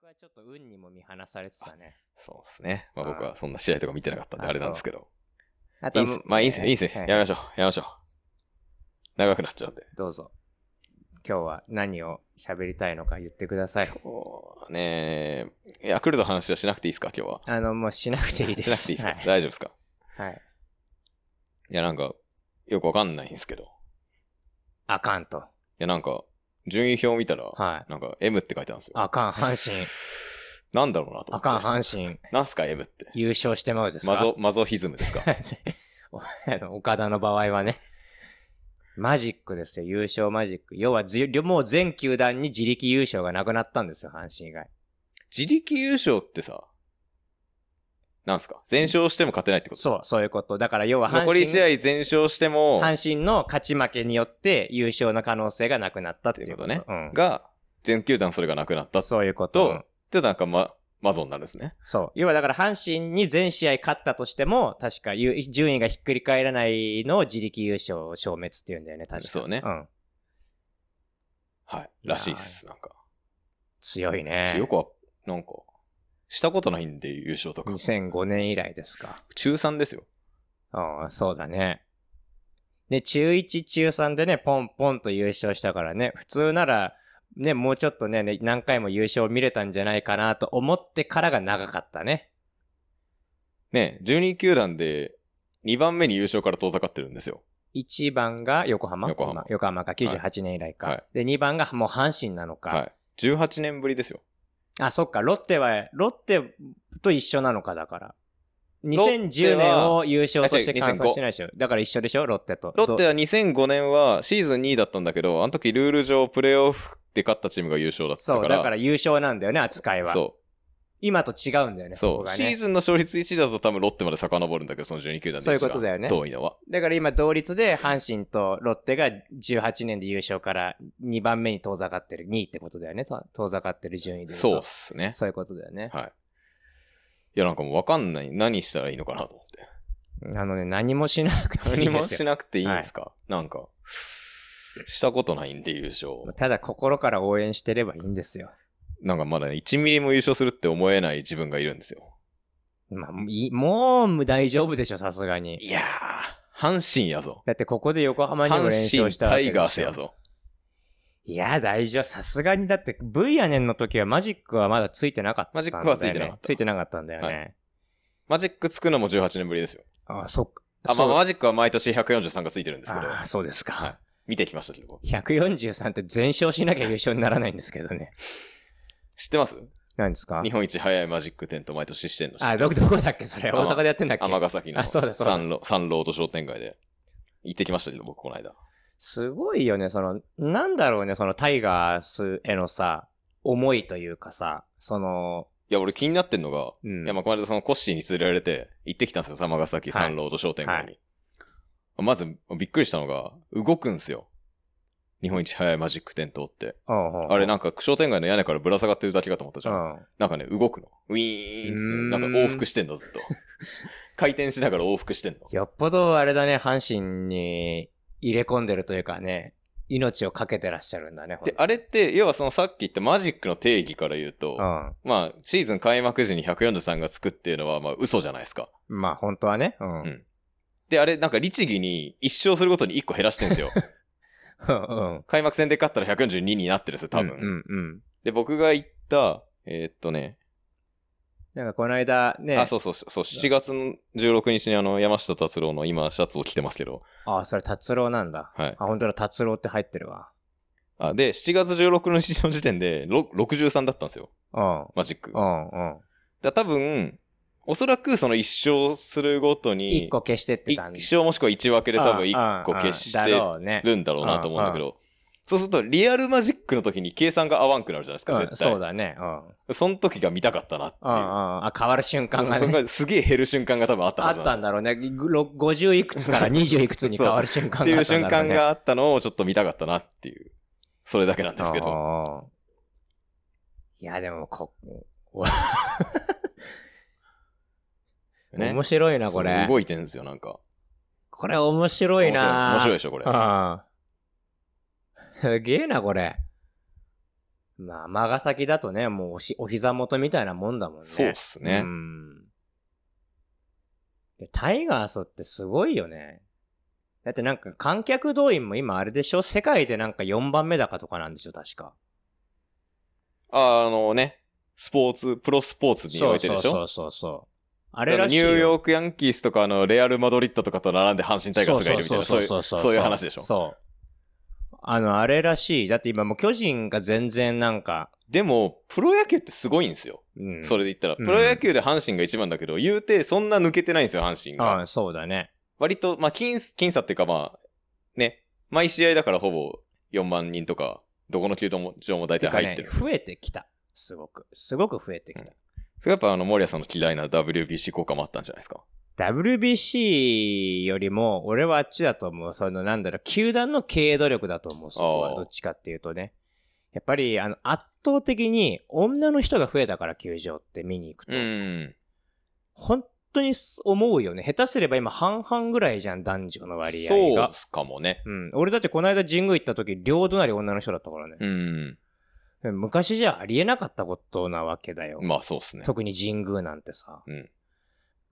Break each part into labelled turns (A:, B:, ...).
A: 僕はちょっと運にも見放されてたね。
B: そうですね。まあ
A: うん
B: 僕はそんな試合とか見てなかったんで
A: あ
B: あれなんですけど。
A: あ
B: いいっす。まあいいっすよ、いいっすよ。
A: は
B: やめましょう。やめましょう。長くなっちゃうんで。
A: どうぞ。今日は何を喋りたいのか言ってください。
B: もうねえ、ヤクルトの話はしなくていいですか、今日は。
A: あの、もうしなくていいです。
B: しなくていいですか、
A: はい
B: 大丈夫ですか
A: はい。
B: いや、なんか、よくわかんないんですけど。い
A: あかんと。
B: や、なんか、順位表見たら、
A: はい。
B: なんか M って書いてあるんですよ。
A: あかん、阪 神。
B: なんだろうなと思
A: あ
B: って。
A: かん、阪神。
B: なんすか M って。
A: 優勝してまうですか
B: マゾ、マゾヒズムです か
A: おあの岡田の場合はね。マジックですよ、優勝マジック。要はず、もう全球団に自力優勝がなくなったんですよ、阪神以外。
B: 自力優勝ってさ、なんすか全勝しても勝てないってこと
A: そう、そういうこと。だから、要は阪
B: 残り
A: 神
B: 試合全勝しても、
A: 阪神の勝ち負けによって優勝の可能性がなくなったっていうこと
B: っていうこ
A: うん
B: が、全球団それがなくなった
A: そういうこと。うん
B: と、ちょっとなんかま、マゾになるんですね。
A: そう。要はだから阪神に全試合勝ったとしても、確かゆ順位がひっくり返らないのを自力優勝消滅っていうんだよね、確か
B: そうね
A: うん。
B: はい。らしいっす。なんか。
A: 強いね。
B: よくわ、なんか、したことないんで優勝とか。
A: 2005年以来ですか。
B: 中3ですよ。
A: ああ、そうだね。で、中1、中3でね、ポンポンと優勝したからね、普通なら、ね、もうちょっとね、ね何回も優勝見れたんじゃないかなと思ってからが長かったね。
B: ね、12球団で2番目に優勝から遠ざかってるんですよ。
A: 1番が横浜
B: 横浜
A: まあ横浜か、98年以来か。
B: はい
A: で、2番がもう阪神なのか。
B: はい。18年ぶりですよ。
A: あ、そっか、ロッテは、ロッテと一緒なのか、だから。
B: ロッテ
A: 2010
B: は
A: 年を優勝として
B: あ違う
A: 換算してないでしょ。だから一緒でしょ、ロッテと。
B: ロッテ
A: ど
B: は2005年はシーズン2位だったんだけど、あの時ルール上プレーオフで勝ったチームが優勝だった
A: そ
B: か
A: う、
B: ら。
A: だから優勝なんだよね、扱いは。
B: そ
A: 今と違うんだよね、
B: う。
A: そ
B: そ
A: こ
B: う。
A: が
B: シー
A: ね。
B: ズンの勝率1位だと多分ロッテまで遡るんだけど、その12球団で
A: そういうことだよね
B: 一番遠いのは。
A: だから今、同率で阪神とロッテが18年で優勝から2番目に遠ざかってる、2位ってことだよね、と遠ざかってる順位で言
B: そう
A: と。
B: っすね。
A: そういうことだよね。
B: はい。いや、なんかもうわかんない。何したらいいのかなと思って。
A: あのね、何もしなくて いい
B: 何
A: んで
B: も
A: すよ
B: しなくていいんですか、なんか、したことないんで優勝。
A: ただ心から応援してればいいんですよ。
B: なんかまだね、1ミリも優勝するって思えない自分がいるんですよ。
A: まあ、いもう大丈夫でしょ、さすがに。
B: いやー、阪神やぞ。
A: だってここで横浜
B: 阪
A: にも連勝
B: 神
A: したわ
B: タ
A: けでし
B: イ
A: ょ
B: ガースや。ぞ。
A: いや、大丈夫。さすがに、だって、V やねんの時はマジックはまだついてなかったんだよ、ね。
B: マジックはついてなかった
A: ついてなかったんだよね。
B: マジックつくのも18年ぶりですよ。
A: ああ、そっか。
B: あ、ま
A: そ
B: あ
A: う
B: マジックは毎年143がついてるんですけど、
A: ああ、そうですか。
B: はい見てきましたけど。
A: 143って全勝しなきゃ優勝にならないんですけどね。
B: 知ってます
A: 何ですか
B: 日本一早いマジックテント毎年してんの知って
A: あ、
B: る
A: ど、どこだっけそれ。
B: あま
A: 大
B: あ
A: 阪でやってんだっけ
B: 尼崎の
A: あそうだそうだ
B: 三郎、三郎と商店街で。行ってきましたけど、僕この間。
A: すごいよね、その、なんだろうね、そのタイガースへのさ、思いというかさ、その、
B: いや、俺気になってんのが、
A: うん。
B: いや、まあ、この間そのコッシーに連れられて、行ってきたんですよ、玉ヶ崎
A: はい
B: サンロード商店街に。
A: は
B: まず、びっくりしたのが、動くんすよ。日本一早いマジック点灯って。
A: うんうん
B: あれ、なんか、商店街の屋根からぶら下がってるだけかと思ったじゃん。
A: うん。
B: なんかね、動くの。ウィーンっつ
A: うーん
B: って、なんか往復してんの、ずっ と。回転しながら往復してんの。
A: よっぽどあれだね、阪神に入れ込んでるというかね、命をかけてらっしゃるんだね、ほん
B: で、あれって、要はそのさっき言ったマジックの定義から言うと、
A: うん。
B: まあ、シーズン開幕時に143がつくっていうのは、まあ、嘘じゃないですか。
A: まあ、本当はね。うん。
B: う
A: うんん。
B: で、あれ、なんか、律儀に一勝するごとに1個減らしてんですよ。
A: うん。
B: 開幕戦で勝ったら142になってるんですよ、多分。
A: うんうんうん。
B: で、僕が行った、えーっとね、
A: なんかこの間ね、
B: あ、そうそうそう、そう7月の16日にあの、山下達郎の今、シャツを着てますけど、
A: あ、それ達郎なんだ。
B: はい。
A: あ、本当だ、達郎って入ってるわ。
B: あで、7月16日の時点で、ろ63だったんですよ、
A: うん。
B: マジック。
A: うんうん。
B: だ多分、おそらくその1勝するごと
A: 一
B: に、
A: 個消してって
B: 1
A: たんで。
B: 勝もしくは1分けで多分1個
A: うんうん
B: 消し
A: だ
B: て
A: ろうね。
B: るんだろうなと思うんだけど、そうすると、リアルマジックの時に計算が合わんくなるじゃないですか、
A: うん、
B: 絶対。
A: そうだね。うん。うんうん
B: その時が見たかったなっていう。
A: あ、変わる瞬間がね。
B: そこがすげえ減る瞬間が多分あった
A: あ
B: はず
A: っ
B: なんで
A: た
B: すよ
A: んだろうね。ぐろ50いくつから20いくつに変わる瞬間があ
B: って
A: っ
B: いう
A: たん
B: 瞬
A: だろう
B: 間
A: ね。
B: があったのをちょっと見たかったなっていう。それだけなんですけ
A: う
B: ど。
A: んうんうんいや、でもこ、
B: ね
A: 面白いな、こ
B: そ
A: れ
B: う。動いてんですよ、なんか。
A: これ面白いな。
B: 面白い面白いでしょ、これ。
A: うん。すげえな、これ。まあ、尼崎だとね、もうおしお膝元みたいなもんだもんね。
B: そうっすね
A: うん。で、タイガースってすごいよね。だってなんか観客動員も今あれでしょ世界でなんか4番目だかとかなんでしょ確か。
B: ああのね、スポーツ、プロスポーツにおいてでしょ
A: そうそうそうそう。あ
B: あ
A: れらしい
B: ニ
A: よ。
B: ューヨークヤンキースとかあのレアル・マドリッドとかと並んで阪神タイガースがいるみたいな、そういう、そういう話でしょ。
A: そう。あの、あれらしい。だって今もう巨人が全然なんか、
B: でも、プロ野球ってすごいんですよ。
A: うん。
B: それで言ったら、プロ野球で阪神が一番だけど、言うてそんな抜けてないんですよ、阪神
A: あ
B: が。
A: あそうだね。
B: 割と、まあ、僅僅差っていうかまあ、ね、毎試合だからほぼ4万人とか、どこの球場も大体入って
A: て
B: る。
A: かね増えてきた。すごく。すごく増えてきた。
B: うんそれやっぱあの、森谷さんの嫌いな WBC 効果もあったんじゃないですか。
A: WBC よりも、俺はあっちだと思う。その、なんだろう、球団の経営努力だと思う。そこ
B: あ
A: は
B: あ
A: どっちかっていうとね。やっぱり、あの、圧倒的に女の人が増えたから、球場って見に行くと。
B: うん。
A: 本当に思うよね。下手すれば今半々ぐらいじゃん、男女の割合
B: そう
A: が
B: っ。すかもね。
A: うん。俺だってこの間神宮行った時、両隣女の人だったからね。
B: うん。
A: 昔じゃありえなかったことなわけだよ。
B: まあそうっすね。
A: 特に神宮なんてさ。
B: うん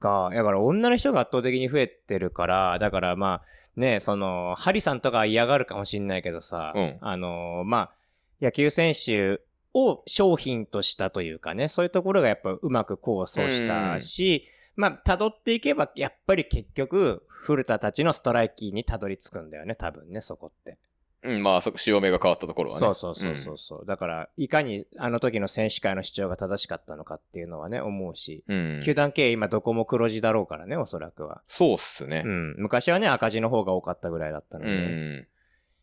A: が、だから女の人が圧倒的に増えてるから、だからまあ、ね、その、ハリさんとかは嫌がるかもしんないけどさ、
B: うん
A: あのーまあ、野球選手を商品としたというかね、そういうところがやっぱうまく構想したし、まあ、辿っていけば、やっぱり結局、古田たちのストライキーにたどり着くんだよね、多分ね、そこって。
B: うん、まあ、そこ、潮目が変わったところはね。
A: そうそうそうそうそう。だから、いかにあの時の選手会の主張が正しかったのかっていうのはね、思うし、
B: うん。うん。
A: 球団経営今どこも黒字だろうからね、おそらくは。
B: そうっすね
A: う。ん。昔はね、赤字の方が多かったぐらいだったの
B: う
A: で、
B: ん。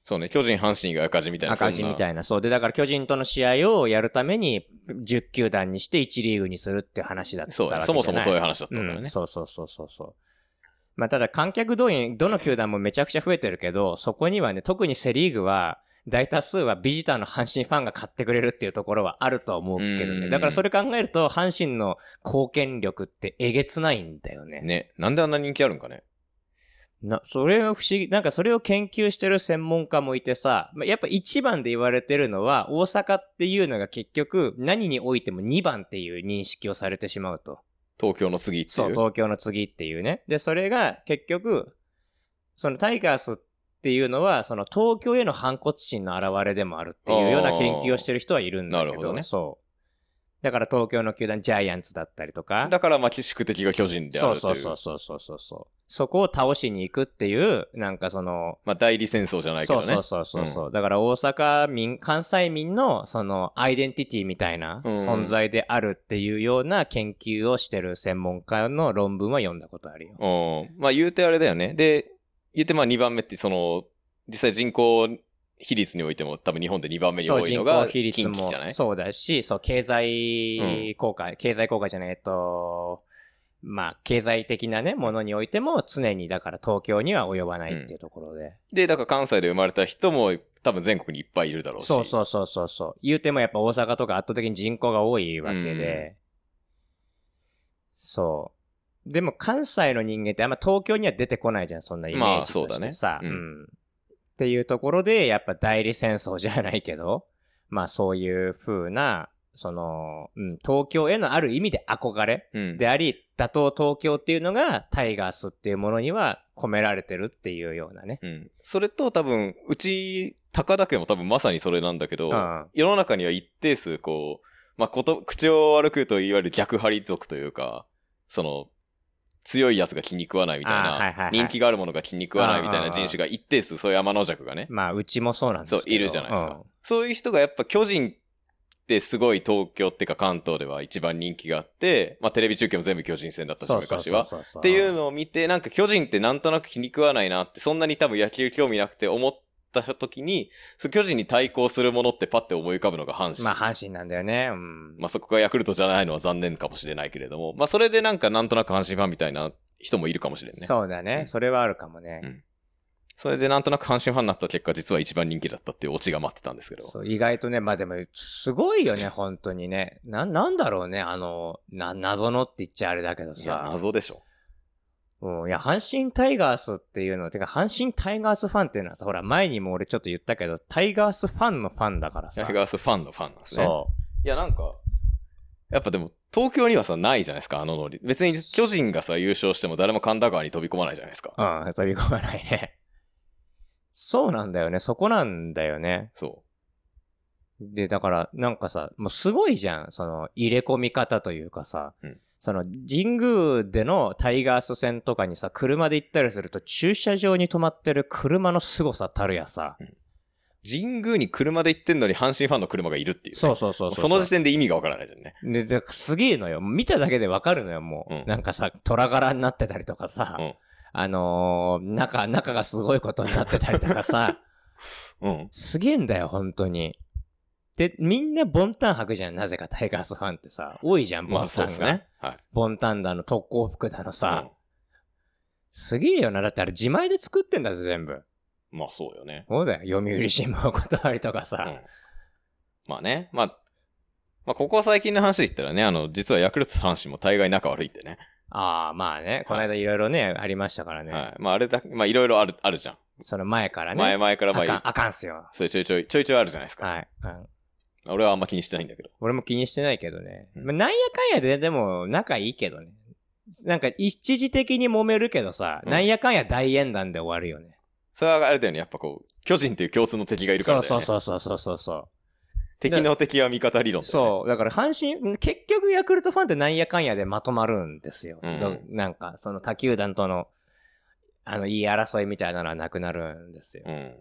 B: そうね、巨人、阪神が赤字みたいな。
A: 赤字み
B: い
A: たいな。そう。で、だから巨人との試合をやるために、10球団にして1リーグにするって話だった
B: な。
A: わけ
B: そう
A: じゃない
B: ね、そもそもそういう話だったか
A: う
B: らね
A: ん。。そうそうそうそうそう。まあ、ただ観客動員、どの球団もめちゃくちゃ増えてるけど、そこにはね、特にセリーグは、大多数はビジターの阪神ファンが買ってくれるっていうところはあるとは思うけど
B: う
A: ね。
B: ん
A: だからそれ考えると、阪神の貢献力ってえげつないんだよね。
B: ね、なんであんな人気あるんかね。
A: な、それは不思議、なんかそれを研究してる専門家もいてさ、まあやっぱ一番で言われてるのは、大阪っていうのが結局、何においても2番っていう認識をされてしまうと。
B: 東京の次って
A: そう、
B: いう。
A: 東京の次っていうね。で、それが結局、そのタイガースっていうのは、その東京への反骨心の表れでもあるっていうような研究をしてる人はいるんだけど、
B: あーなるほどね
A: そう。だから東京の球団ジャイアンツだったりとか、
B: だから、まあ、宿敵が巨人であ
A: そう
B: ると
A: そう
B: い
A: そうう。そうそうそうそう。そこを倒しに行くっていう、なんかその、
B: まあ、代理戦争じゃないけ
A: そ
B: ど
A: う
B: ね
A: そう。そうそうそう、だから大阪民関西民のそのアイデンティティみたいな
B: うん
A: 存在であるっていうような研究をしてる専門家の論文は読んだことあるよ。
B: うん。まあ、言うてあれだよね。で、言うて、まあ、2番目って、その、実際人口比率においても、多分日本で2番目に
A: そ
B: 多
A: う、
B: い
A: 人
B: の
A: 口
B: が、
A: 比
B: 近
A: 率
B: 畿
A: も
B: じゃない
A: そうだし、そう、経済効果、経済効果じゃない、えっと、まあ、経済的なね、ものにおいても常に、だから東京には及ばないっていうところで。
B: で、だから関西で生まれた人も、多分全国にいっぱいいるだろうし。
A: そう
B: う。
A: そうそうそうそう。言うてもやっぱ大阪とか圧倒的に人口が多いわけで。そう。でも関西の人間ってあんま東京には出てこないじゃん、そんなイメージとしてさ。
B: まあそうだねう
A: うんっていうところで、やっぱ代理戦争じゃないけど、まあそういう風な、その、うん、東京へのある意味で憧れ
B: うん。
A: であり、打倒東京っていうのがタイガースっていうものには込められてるっていうようなね。
B: うん。それと多分、うち、高田家も多分まさにそれなんだけど、
A: うん
B: 世の中には一定数こう、まあ、こと、口を悪く言うといわゆる逆張り族というか、その、強いやつが気に食わないみたいな、
A: あーはいはいはい
B: 人気があるものが気に食わないみたい
A: うんう
B: なん
A: うん
B: 人種が一定数、そういう天の弱がね、
A: まあうちもそうなんですけど。
B: そういるじゃないですか
A: うん
B: そういう人がやっぱ巨人ってすごい東京ってか関東では一番人気があって、まあ、テレビ中継も全部巨人戦だったし、昔は。
A: っ
B: っていうのを見て、なんか巨人ってなんとなく気に食わないなって、そんなに多分野球興味なくて思った時に、そう巨人に対抗するものってパッて思い浮かぶのが阪神。
A: まあ阪神なんだよね。うん。
B: まあそこがヤクルトじゃないのは残念かもしれないけれども、まあそれでなんかなんとなく阪神ファンみたいな人もいるかもしれんね。
A: そうだね、
B: うん
A: それはあるかもね。
B: うんそれでなんとなく阪神ファンになった結果、実は一番人気だったっていうオチが待ってたんですけど。
A: そう意外とね、まあでも、すごいよね、本当にね。な、なんだろうね、あの、な、謎のって言っちゃあれだけど
B: いや、
A: さ。
B: 謎でしょ。
A: うん、いや、阪神タイガースっていうの、てか、阪神タイガースファンっていうのはさ、ほら、前にも俺ちょっと言ったけど、タイガースファンのファンだからさ。
B: タイガースファンのファンなんですね。
A: そ
B: いや、なんか、やっぱでも、東京にはさ、ないじゃないですか、あのノリ。別に巨人がさ、優勝しても誰も神田川に飛び込まないじゃないですか。
A: う。うん、飛び込まないね。そうなんだよね、そこなんだよね。
B: そ
A: で、だから、なんかさ、もうすごいじゃん。その、入れ込み方というかさ、
B: うん
A: その、神宮でのタイガース戦とかにさ、車で行ったりすると、駐車場に止まってる車の凄さたるやさ。
B: う。神宮に車で行ってんのに阪神ファンの車がいるっていうね、
A: そうそうそう
B: もう
A: そう。
B: その時点で意味がわからないじゃんね。
A: ね、だからすげえのよ。見ただけでわかるのよ、もう。
B: うん
A: なんかさ、虎柄になってたりとかさ、
B: うん
A: あのー中、中がすごいことになってたりとか さ、
B: うん。
A: すげえんだよ、本当に。で、みんなボンタン履くじゃん、なぜかタイガースファンってさ、多いじゃん、ボ
B: ま
A: ン
B: あそ
A: タ
B: う
A: ン
B: で
A: が。
B: すね。はい。
A: ボンタンだの、特攻服だのさ、
B: うん
A: すげえよな。だってあれ自前で作ってんだぜ、全部。
B: まあそうよね。
A: そうだよ、読売新聞お断りとかさ。
B: うんまあね、まあ、まあここ最近の話で言ったらね、あの、実はヤクルトと阪神も大概仲悪いんでね。
A: ああ、まあね、この間いろいろね、ありましたからね。
B: はい。まああれだけ、まあいろいろある、あるじゃん。
A: その前からね。
B: 前々からま
A: あかん
B: あ、、
A: あかんっすよ。
B: それちょいちょい、ちょいちょいあるじゃないですか。
A: はい。うん
B: 俺はあんま気にしてないんだけど。
A: 俺も気にしてないけどね。
B: うん
A: まあ、なんやかんやで、でも、仲いいけどね。なんか、一時的に揉めるけどさ、
B: うん
A: なんやかんや大縁談で終わるよね。
B: それはあれだよね、やっぱこう、巨人っていう共通の敵がいるから
A: そう
B: だよ
A: そ
B: ね。
A: うそうそうそうそうそ
B: 敵の敵は味方理論
A: う。
B: だよね。
A: そう。だから、阪神、結局、ヤクルトファンってなんやかんやでまとまるんですよ。
B: うん
A: どなんか、その他球団との、あの、いい争いみたいなのはなくなるんですよ。
B: うん。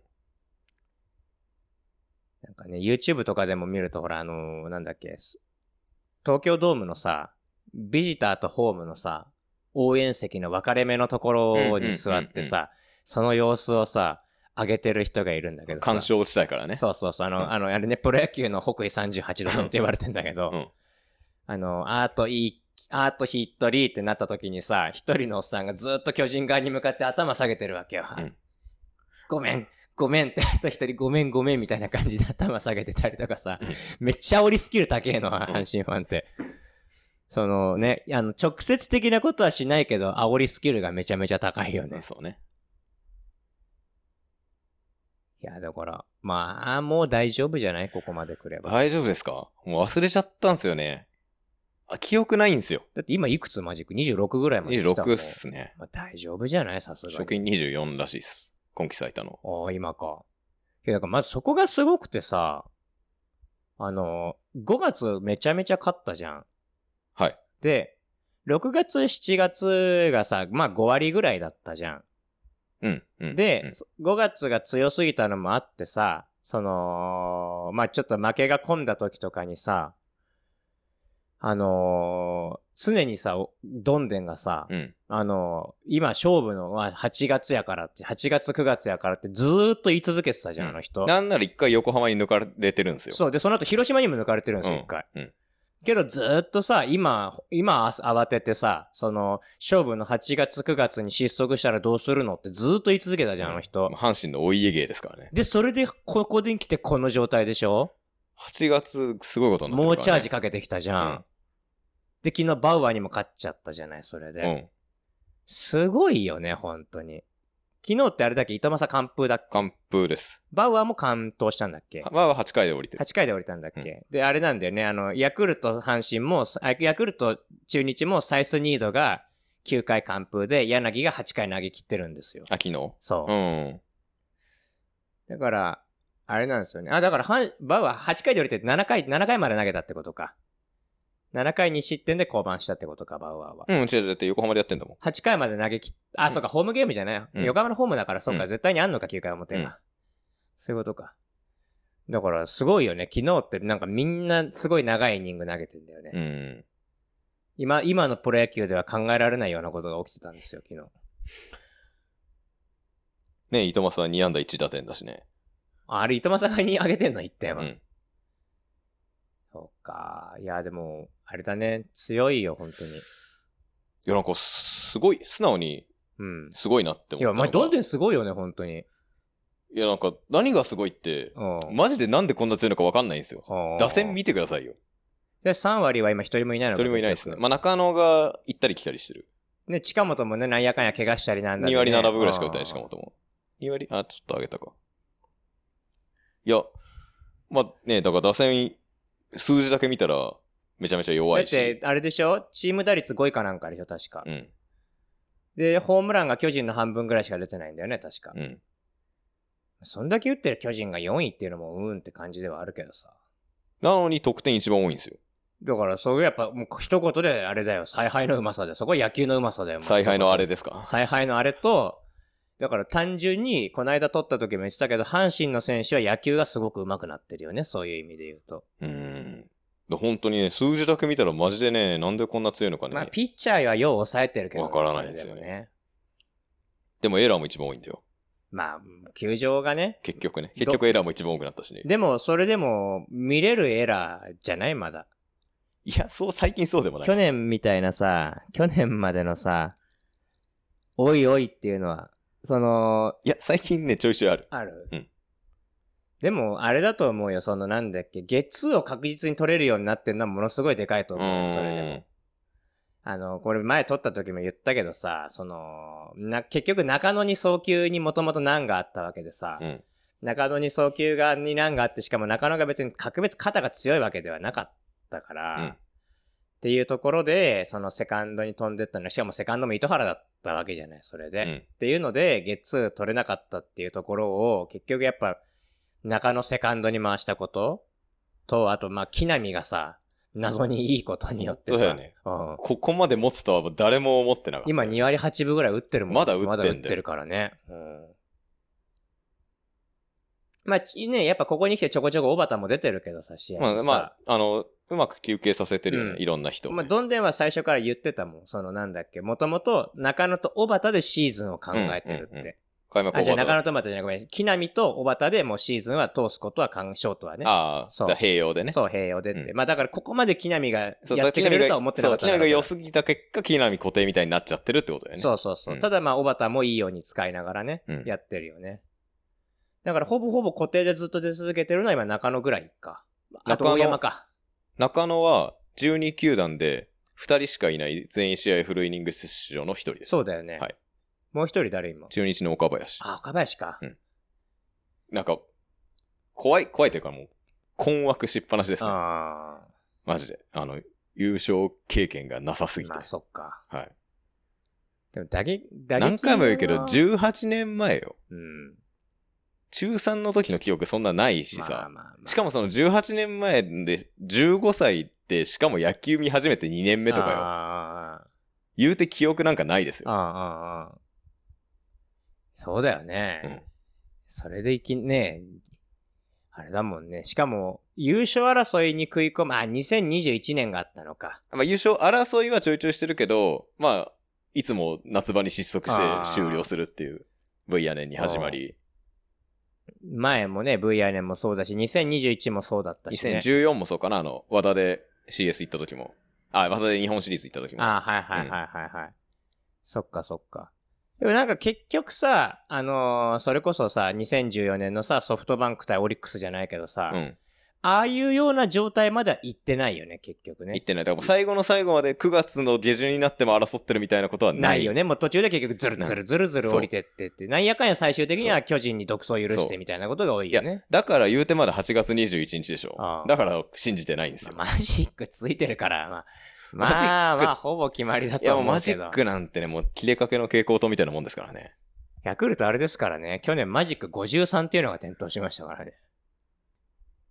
A: なんかね、YouTube とかでも見ると、ほら、あのーなんだっけ、す東京ドームのさ、ビジターとホームのさ、応援席の分かれ目のところに座ってさ、その様子をさ、上げてる人がいるんだけどさ。
B: 干渉したいからね。
A: そうそうそう、あの、
B: うん
A: あの、あれね、プロ野球の北緯38度線って言われてんだけど、
B: うん
A: あの、アートいい、アートヒットリーってなった時にさ、一人のおっさんがずっと巨人側に向かって頭下げてるわけよ。
B: うん
A: ごめん、ごめんって、あと一人ごめんごめんみたいな感じで頭下げてたりとかさ
B: うん、
A: めっちゃ煽りスキル高えの、阪神ファンって。そのね、あの、直接的なことはしないけど、煽りスキルがめちゃめちゃ高いよね。
B: そうね。
A: いや、だから、まあ、もう大丈夫じゃないここまで来れば。
B: 大丈夫ですかもう忘れちゃったんすよね。あ、記憶ないんすよ。
A: だって今いくつマジック ?26 ぐらいまで来たもん
B: 26っすね。
A: まあ、大丈夫じゃないさすが
B: 賞
A: に。
B: 金24らしいっす。今季最多の。
A: ああ、今か。いや、だからまずそこがすごくてさ、あの、5月めちゃめちゃ勝ったじゃん。
B: はい。
A: で、6月、7月がさ、まあ5割ぐらいだったじゃん。
B: うん。うん、
A: で、
B: うん
A: 5月が強すぎたのもあってさ、その、まあちょっと負けが込んだ時とかにさ、あのー常にさ、おどんでんがさ、
B: うん。
A: あのー今勝負のは8月やからって、8月9月やからってずーっと言い続けてたじゃん、
B: うん
A: あの人。
B: なんなら一回横浜に抜かれてるんですよ。
A: そう、で、その後広島にも抜かれてるんですよ、
B: うん
A: 一回。
B: うん
A: けどずーっとさ、今、今あ慌ててさ、その、勝負の8月9月に失速したらどうするのってずーっと言い続けたじゃん、あの人。
B: まあ阪神のお家芸ですからね。
A: で、それで、ここで来てこの状態でしょ、
B: 8月、すごいことになって
A: 猛
B: るから、ね。
A: チャージかけてきたじゃん。
B: うん
A: で、昨日バウアーにも勝っちゃったじゃない、それで。
B: うん。
A: すごいよね、本当に。昨日ってあれだっけ糸正完封だっけ
B: 完封です。
A: バウアーも完投したんだっけ
B: まあ8回で降りてる。
A: 8回で降りたんだっけ、で、あれなんだよね、あの、ヤクルト、阪神も、あヤクルト、中日も、サイスニードが9回完封で、柳が8回投げ切ってるんですよ。
B: あ、昨日。
A: そう。
B: うん。
A: だから、あれなんですよね。あ、だからはん、バウは8回で降りて7回、7回まで投げたってことか。7回2失点で降板したってことか、バウアーは。
B: うん、違う違う。だって横浜でやってんだもん。
A: 8回まで投げきっ、あ、そうか、ホームゲームじゃない。
B: うん
A: 横浜のホームだから、そうか、
B: うん
A: 絶対にあんのか、9回表が、
B: うん
A: そういうことか。だから、すごいよね。昨日ってなんかみんなすごい長いイニング投げてんだよね。
B: うん。
A: 今、今のプロ野球では考えられないようなことが起きてたんですよ、昨日。
B: ね伊藤正は2安打1打点だしね。
A: ああれ、糸正がに上げてんの、1点
B: う
A: は。
B: ん。
A: そうか。いや、でも、あれだね。強いよ、本当に。
B: いや、なんか、すごい、素直に、
A: うん。
B: すごいなって
A: い
B: 思っ
A: や、
B: たのが。
A: まあ、どんでんすごいよね、本当に。
B: いや、なんか、何がすごいって、
A: うん。
B: マジでなんでこんな強いのか分かんないんですよ。
A: うん
B: 打線見てくださいよ。
A: で、3割は今一人もいないの
B: 一
A: か
B: 人もいないです
A: 結
B: ね。
A: 局
B: まあ、中野が行ったり来たりしてる。
A: ね、近本もね、なんやかんや怪我したりなんだ、ね、
B: 2割7分ぐらいしか打ってない、しかも
A: あー。
B: とも。2割あ、ちょっと上げたか。いや、まあね、だから打線、数字だけ見たら、めちゃめちゃ弱
A: だっ
B: いし。
A: て、あれでしょチーム打率5位かなんかでしょ確か、
B: うん、
A: で、ホームランが巨人の半分ぐらいしか出てないんだよね、確か。
B: うん。
A: そんだけ打ってる巨人が4位っていうのも、うーんって感じではあるけどさ。
B: なのに得点一番多いんですよ。
A: だから、そういうやっぱ、もう一言であれだよ、采配のうまさだよ。そこは野球のうまさだよ。もう
B: 采配のあれ。ですか。
A: 采配のあれと、だから単純に、この間取った時も言ってたけど、阪神の選手は野球がすごく上手くなってるよね、そういう意味で言うと。
B: うん。で本当にね、数字だけ見たらマジでね、なんでこんな強いのかね。
A: まあ、ピッチャーはよう抑えてるけど、
B: わからないですよ
A: それ
B: ね
A: もね。
B: でもエラーも一番多いんだよ。
A: まあ、球場がね。
B: 結局ね。結局エラーも一番多くなったしね。
A: でも、それでも、見れるエラーじゃないまだ。
B: いや、そう、最近そうでもないで
A: 去
B: す。
A: 年みたいなさ、去年までのさ、おいおいっていうのは、その、
B: いや、最近ね、ちょいちょいある。
A: ある、
B: うん
A: でも、あれだと思うよ。その、なんだっけ、月を確実に取れるようになってるのはものすごいでかいと
B: う
A: 思うよ、それで
B: ー
A: も
B: ん。。
A: あの、これ前取った時も言ったけどさ、その、な、結局中野に送球にもともと難があったわけでさ、
B: うん。
A: 中野に送球がに難があって、しかも中野が別に格別肩が強いわけではなかったから、
B: うん
A: っていうところで、そのセカンドに飛んでったのは、しかもセカンドも糸原だったわけじゃない、それで。
B: うん
A: っていうので、ゲッツー取れなかったっていうところを、結局やっぱ、中野セカンドに回したことと、あと、まあ、木浪がさ、謎にいいことによってさ、
B: そうだよね
A: うん
B: ここまで持つとは誰も思ってなかった。
A: 今2割8分ぐらい打ってるもん
B: まだ打ってんだよ
A: まだ打ってるからね。うん。まあ、ちね、やっぱここに来てちょこちょこ小畑も出てるけどさ、試合
B: ま
A: に
B: あ、
A: さ
B: まあ、あの、うまく休憩させてるよね、
A: うん
B: いろんな人をね、
A: まあ、どんでんは最初から言ってたもん。そのなんだっけ、もともと中野と小畑でシーズンを考えてるって。
B: うんうんう開幕
A: あ、じゃあ中
B: あ
A: 野と小畑じゃなくごめん。木浪と小畑でもうシーズンは通すことは考え、ショートはね。
B: あー、
A: そう
B: だから併用でね。
A: そう、併用でって。
B: うん
A: まあだからここまで木浪が
B: そう
A: やってくれるとは思ってなかった
B: そう
A: だ
B: 木
A: ろう
B: 浪が
A: けど
B: 良すぎた結果、木浪固定みたいになっちゃってるってことだよね。
A: そうそうそう。
B: うん
A: ただまあ、小畑もいいように使いながらね、
B: うん
A: やってるよね。だから、ほぼほぼ固定でずっと出続けてるのは今、中野ぐらいか。あと、
B: 中野
A: 大山か。
B: 中野は12球団で2人しかいない全試合フルイニング出場の1人です。
A: そう
B: だ。
A: だよね。
B: はい
A: もう一人誰今。
B: 中日の岡林。
A: あ、岡林か。
B: うんなんか、怖い、怖いというかもう、困惑しっぱなしですね。
A: ああ。
B: マジで。あの、優勝経験がなさすぎて。
A: まあ、そっか。
B: はい。
A: でも打撃、打撃
B: 何回も言うけど、
A: は
B: 18年前よ。
A: うん。
B: 中3の時の記憶そんなないしさ。
A: まあまあまあ
B: しかもその18年前で15歳でしかも野球見始めて2年目とかよ。
A: あー
B: 言うて記憶なんかないです
A: あー、あー
B: よ。
A: あーあー。そうだよね。
B: うん
A: それでいき、ねあれだもんね。しかも、優勝争いに食い込む、あ、2021年があったのか。
B: まあ、優勝争いはちょいちょいしてるけど、まあ、いつも夏場に失速して
A: あー
B: 終了するっていう V やねんに始まり、
A: 前もね、VR 年もそうだし、2021もそうだったし、ね。
B: 2014もそうかな、あの、和田で CS 行った時も。あ、和田で日本シリーズ行った時も。
A: ああ、はいはいはいはいはい。そっかそっか。でもなんか結局さ、あのーそれこそさ、2014年のさ、ソフトバンク対オリックスじゃないけどさ、
B: うん。
A: ああいうような状態までは行ってないよね、結局ね
B: 行っ。てない。だからもう最後の最後まで9月の下旬になっても争ってるみたいなことはない。
A: ないよね。もう途中で結局ずるずるずるずる
B: そう
A: 降りてってって、なんやかんや最終的には巨人に独走を許してみたいなことが多いよね。
B: だから言うてまだ8月21日でし
A: あ
B: ょ。
A: あ
B: だから信じてないんですよ。
A: まあマジックついてるから、まあ、
B: マジック
A: まあ、まあ、ほぼ決まりだ
B: い
A: と
B: や
A: 思
B: も
A: う
B: う
A: けど。
B: マジックなんてね、もう切れかけの蛍光灯みたいなもんですからね。
A: ヤクルトあれですからね、去年マジック53っていうのが点灯しましたからね。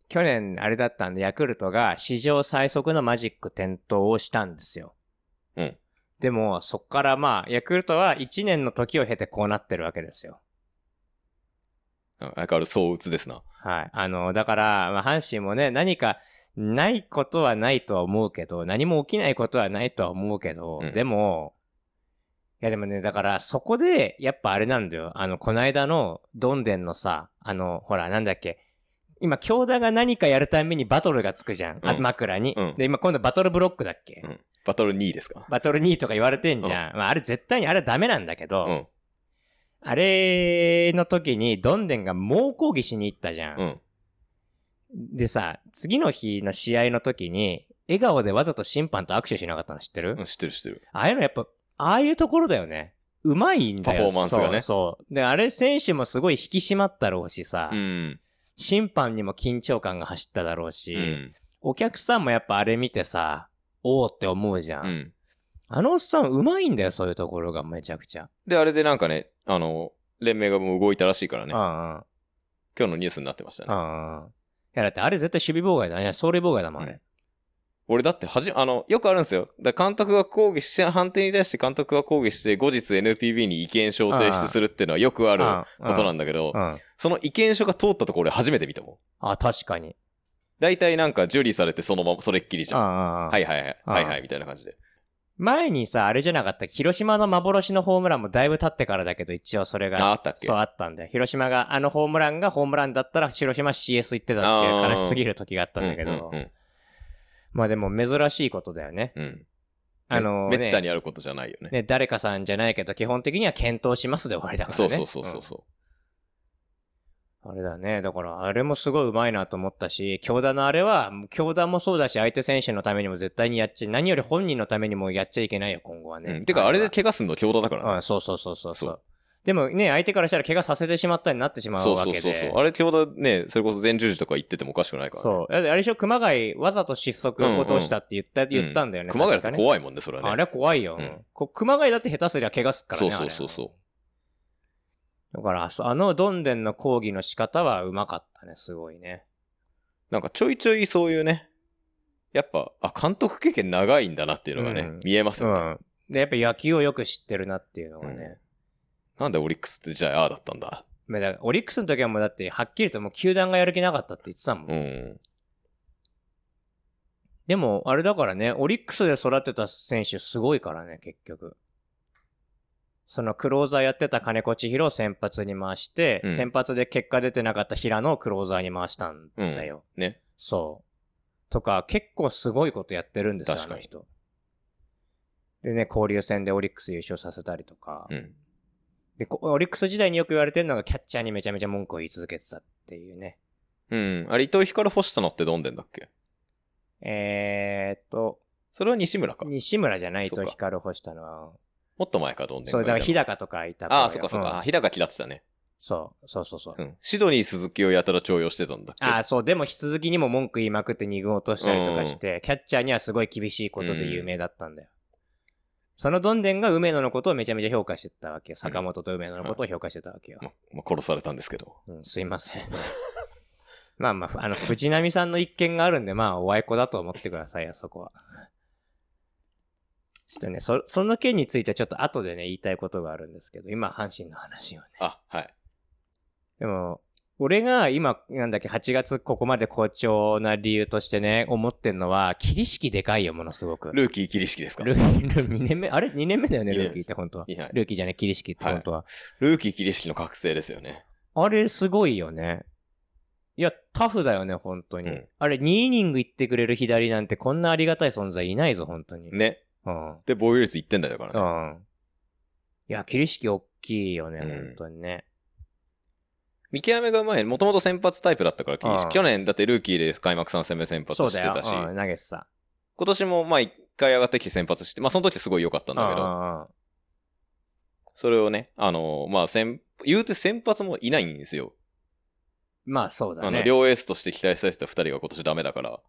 A: 去年あれだったんで、ヤクルトが史上最速のマジック点灯をしたんですよ。
B: うん。
A: でも、そっからまあ、ヤクルトは1年の時を経てこうなってるわけですよ。
B: うん相変わらずそう打つですな。
A: はい。あの、だから、まあ、阪神もね、何かないことはないとは思うけど、何も起きないことはないとは思うけど、
B: うん
A: でも、いやでもね、だから、そこで、やっぱあれなんだよ。あの、こないだの、どんでんのさ、あの、ほら、なんだっけ。今、京田が何かやるためにバトルがつくじゃん。あ
B: うん
A: 枕に、
B: うん
A: で、今、今度バトルブロックだっけ、
B: うんバトル2位ですか。
A: バトル2とか言われてんじゃん。まあ、あれ絶対に、あれはダメなんだけど、
B: うん。
A: あれの時に、どんでんが猛抗議しに行ったじゃん
B: うん。
A: でさ、次の日の試合の時に、笑顔でわざと審判と握手しなかったの知ってる、
B: うん知ってる知ってる。
A: ああいうのやっぱ、ああいうところだよね。うまいんだよ
B: パフォーマンスがね
A: そうそう。で、あれ選手もすごい引き締まったろうしさ、
B: うん。
A: 審判にも緊張感が走っただろう
B: う
A: し、
B: ん。
A: お客さんもやっぱあれ見てさ、おおって思うじゃん。
B: うん。
A: あのおっさんうまいんだよ、そういうところがめちゃくちゃ。
B: で、あれでなんかね、あの、連盟がもう動いたらしいから
A: う
B: ね
A: んう。ん。
B: 今日のニュースになってました
A: う
B: ね。
A: んうん。いや、だってあれ絶対守備妨害だね。いや走塁妨害だもん、あれ。
B: 俺だってはじ、あの、よくあるんですよ。だから監督が抗議して、判定に対して監督が抗議して、後日 NPB に意見書を提出するっていうのはよくあることなんだけど、
A: うん。うん。
B: その意見書が通ったとこ俺初めて見たもん。
A: あ、確かに。
B: 大体なんか受理されてそのまま、それっきりじ
A: うん
B: ゃん。
A: うんうん。
B: はいはいはい、
A: うん
B: はいはい、みたいな感じで。
A: 前にさ、あれじゃなかった。広島の幻のホームランもだいぶ経ってからだけど、一応それ
B: あ、あ
A: が、
B: ったっけ
A: そうあったんだよ。広島が、あのホームランがホームランだったら、広島 CS 行ってたっていう
B: あー
A: 悲しすぎる時があったんだけど
B: うんう。ん
A: まあでも珍しいことだよね。
B: うんうん
A: あの
B: めめった
A: ね、
B: にあることじゃないよね。
A: ね、誰かさんじゃないけど、基本的には検討しますで終わりだから
B: そう
A: ね。
B: そうそうそ
A: ん
B: うそ
A: あれだね。だから、あれもすごい上手いなと思ったし、京田のあれは、京田もそうだし、相手選手のためにも絶対にやっちゃ、何より本人のためにもやっちゃいけないよ、今後は
B: う。う
A: ね。
B: んてか、あれで
A: は
B: 怪我すんの強打だからね
A: うん、そうそうそうそうそ
B: そうう。
A: でもね、相手からしたら怪我させてしまったになってしまう
B: そう
A: わ
B: そ
A: けで。
B: うそうそう。あれ、強打ね、それこそ前十字とか行っててもおかしくないからね。
A: そうあれでしょ、熊谷、わざと失速を落としたって言った、言ったんだよね。
B: 熊谷だ
A: 確
B: っ
A: か
B: て
A: ね
B: 怖いもんね、それはね。
A: あれは怖いよ、
B: うん
A: こ熊谷だって下手すりゃ怪我すっからね。
B: そうそうそうそう
A: う。だから、あそあのどんでんの抗議の仕方はうまかったね、すごいね。
B: なんかちょいちょいそういうね、やっぱ、あ、監督経験長いんだなっていうのがね、
A: うん
B: 見えます
A: う
B: よね、
A: ん。で、やっぱ野球をよく知ってるなっていうのがね。
B: なんでオリックスってじゃあああだったんだ。
A: まあだからオリックスの時はもうだって、はっきりともう球団がやる気なかったって言ってたもん。
B: うん。
A: でも、あれだからね、オリックスで育てた選手すごいからね、結局。そのクローザーやってた金子千尋を先発に回して、
B: うん
A: 先発で結果出てなかった平野をクローザーに回したんだよ。
B: ね。
A: そう。とか、結構すごいことやってるんですよ、あ
B: 確
A: の
B: かに
A: 人。でね、交流戦でオリックス優勝させたりとか。
B: うん。
A: で、こオリックス時代によく言われてるのが、キャッチャーにめちゃめちゃ文句を言い続けてたっていうね。
B: うん。あれ、伊藤光干したのってどんでんだっけ
A: えー、っと、
B: それは西村か。も
A: 西村じゃない
B: そ
A: と
B: うか
A: 光を干したのは、
B: っと前か、どんでん
A: そう、だから日
B: 高。
A: 高とかいた頃よ
B: ああ、そっかそっか。あ、
A: ん
B: 日高嫌ってたね。
A: そう、そうそうそう。
B: うん。シドニー鈴木をやたら重用してたんだっけ
A: ああ、そう、でも、引き続きにも文句言いまくって2軍落としたりとかして、キャッチャーにはすごい厳しいことで有名だったんだよ。そのどんでんが梅野のことをめちゃめちゃ評価してたわけよ。坂本と梅野のことを評価してたわけよ。
B: まま殺されたんですけど。
A: うん、すいません。まあまあふ、あ の、藤波さんの一件があるんで、まあ、おあいこだと思ってくださいよ、そこは。ちょっとね、そ、その件についてはちょっと後でね、言いたいことがあるんですけど、今、阪神の話をね。
B: あ、はい。
A: でも、俺が今、なんだっけ、8月ここまで好調な理由としてね、思ってんのは、桐敷でかいよ、ものすごく。
B: ルーキー桐敷ですか。
A: ル
B: ル
A: ーキー、ルー2年目、 あれ ?2 年目だよね、
B: 二年
A: ル
B: 目
A: ーキーって本当は。
B: いない
A: ルーキーじゃね、桐敷って本当は。
B: ーキー桐敷の覚醒ですよね。
A: あれすごいよね。いや、タフだよね、本当に。
B: うん
A: あれ、2イニング行ってくれる左なんてこんなありがたい存在いないぞ、本当に。
B: ね。
A: うん。
B: で、防御率1点台だから
A: そ
B: ね。
A: う。いや、桐敷大きいよね、
B: うん
A: 本当にね。
B: 見極めがうまい。もともと先発タイプだったから、桐
A: うん
B: 敷。去年、だってルーキーで開幕3戦目先発
A: そう
B: して
A: だよ、
B: たし、
A: うん、
B: 今
A: 投げてた。
B: 年もまあ1回上がってきて先発して、まあその時すごい良かったんだけ
A: う
B: ど、
A: んうんうん
B: それをね、あのーまあ先、言うて先発もいないんですよ。
A: まあ、そうだ
B: あの、
A: ね。
B: 両エースとして期待されてた2人が今年ダメだから、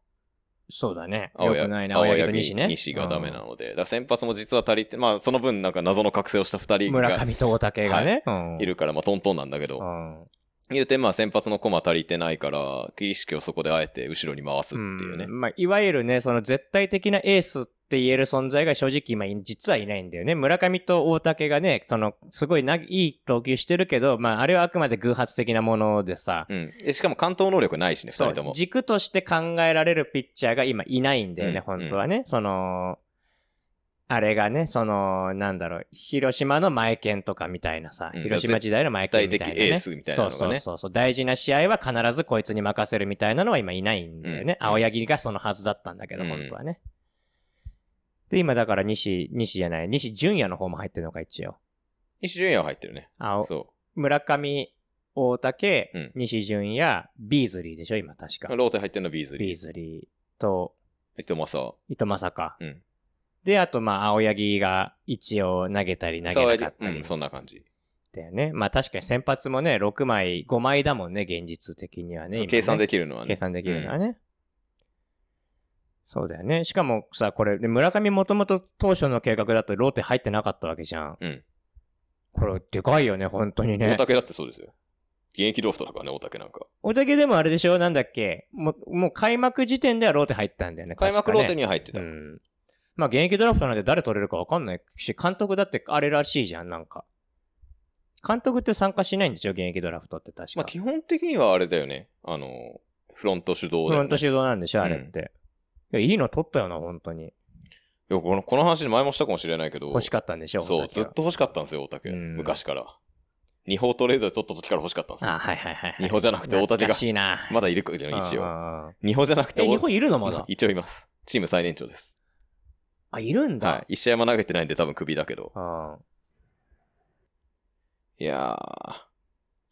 A: そうだね。
B: 青
A: よく
B: 柳
A: ないな、
B: 青
A: 青
B: 柳
A: 柳と西ね。
B: 西がダメな
A: うん
B: ので、だから先発も実は足りて、まあその分なんか謎の覚醒をした2人
A: 村
B: が
A: 上と大竹がね。うん
B: いるから、まあトントンなんだけ
A: う
B: ど、
A: ん。
B: 言うてまあ先発の駒足りてないから、桐敷をそこであえて後ろに回すっていうね。
A: んまあ、いわゆるね、その絶対的なエースって言える存在が正直今、実はいないんだよね。村上と大竹がね、その、すごいな、いい投球してるけど、まあ、あれはあくまで偶発的なものでさ、
B: うん。でしかも関東能力ないしね、2
A: そ
B: 人
A: う
B: とも。
A: 軸として考えられるピッチャーが今いないんだよね、
B: うん
A: 本当はね。その、あれがね、その、なんだろう、広島の前剣とかみたいなさ、
B: うん
A: 広島時代の前剣みたいな、ね。
B: 絶対的エースみたいなのがね
A: そうそうそうそう。大事な試合は必ずこいつに任せるみたいなのは今いないんだよね。
B: うん
A: 青柳がそのはずだったんだけど、
B: うん
A: 本当はね。で、今だから西、西じゃない、西純也の方も入ってるのか、一応。
B: 西純也は入ってるね。
A: 青、
B: そ
A: 村上、大竹、
B: うん
A: 西純也、ビーズリーでしょ、今確か
B: う。。ローテ入ってるのはビーズリ
A: ビーズリーと
B: ー。伊藤正。
A: 伊藤正か。
B: うん
A: で、あと、まあ、青柳が一応投げたり投げなかった
B: う
A: り
B: ん、そんな感じ。
A: だよね。まあ、確かに先発もね、6枚、5枚だもんね、現実的にはね。今ね
B: 計算できるのは
A: 計
B: ね。
A: 算できるのはね。そうだよね。しかもさ、これ、で村上もともと当初の計画だとローテ入ってなかったわけじゃん。
B: うん。
A: これ、でかいよね、本当に
B: 大
A: ね。
B: 竹だってそうですよ。現役ロフトだからね、大竹なんか。
A: おたけでもあれでしょなんだっけもう、もう開幕時点ではローテ入ったんだよね。
B: 開幕ローテ
A: に
B: には入ってた。
A: うん。まあ、現役ドラフトなんて誰取れるか分かんないし、監督だってあれらしいじゃん、なんか。監督って参加しないんでしょ現役ドラフトって確か。
B: まあ、基本的にはあれだよね。あの、フロント主導
A: フ
B: だ
A: ロ
B: よ
A: ント
B: ね。
A: 主導なんでしょあれって。いや、いいの取ったよな、本当に。
B: いやこのこの話前もしたかもしれないけど、
A: 欲しかったんでしょ
B: そう、
A: 本当
B: ずっ
A: に
B: と欲しかったんですよ、大竹。
A: うん
B: 昔から。二方トレードで取った時から欲しかったんですよ。
A: あ、はいはいはいはい。
B: 二方じゃなくて大
A: 懐
B: 竹
A: か
B: が、
A: しいな。
B: まだいるかいるの、一応。
A: 応。
B: 二方じゃなくて
A: え、
B: 大
A: 日本いるのまだ。
B: 一応います。チーム最年長です。
A: あ、いるんだ。
B: はい。一試合も投げてないんで多分クビだけど。
A: あ
B: いやー。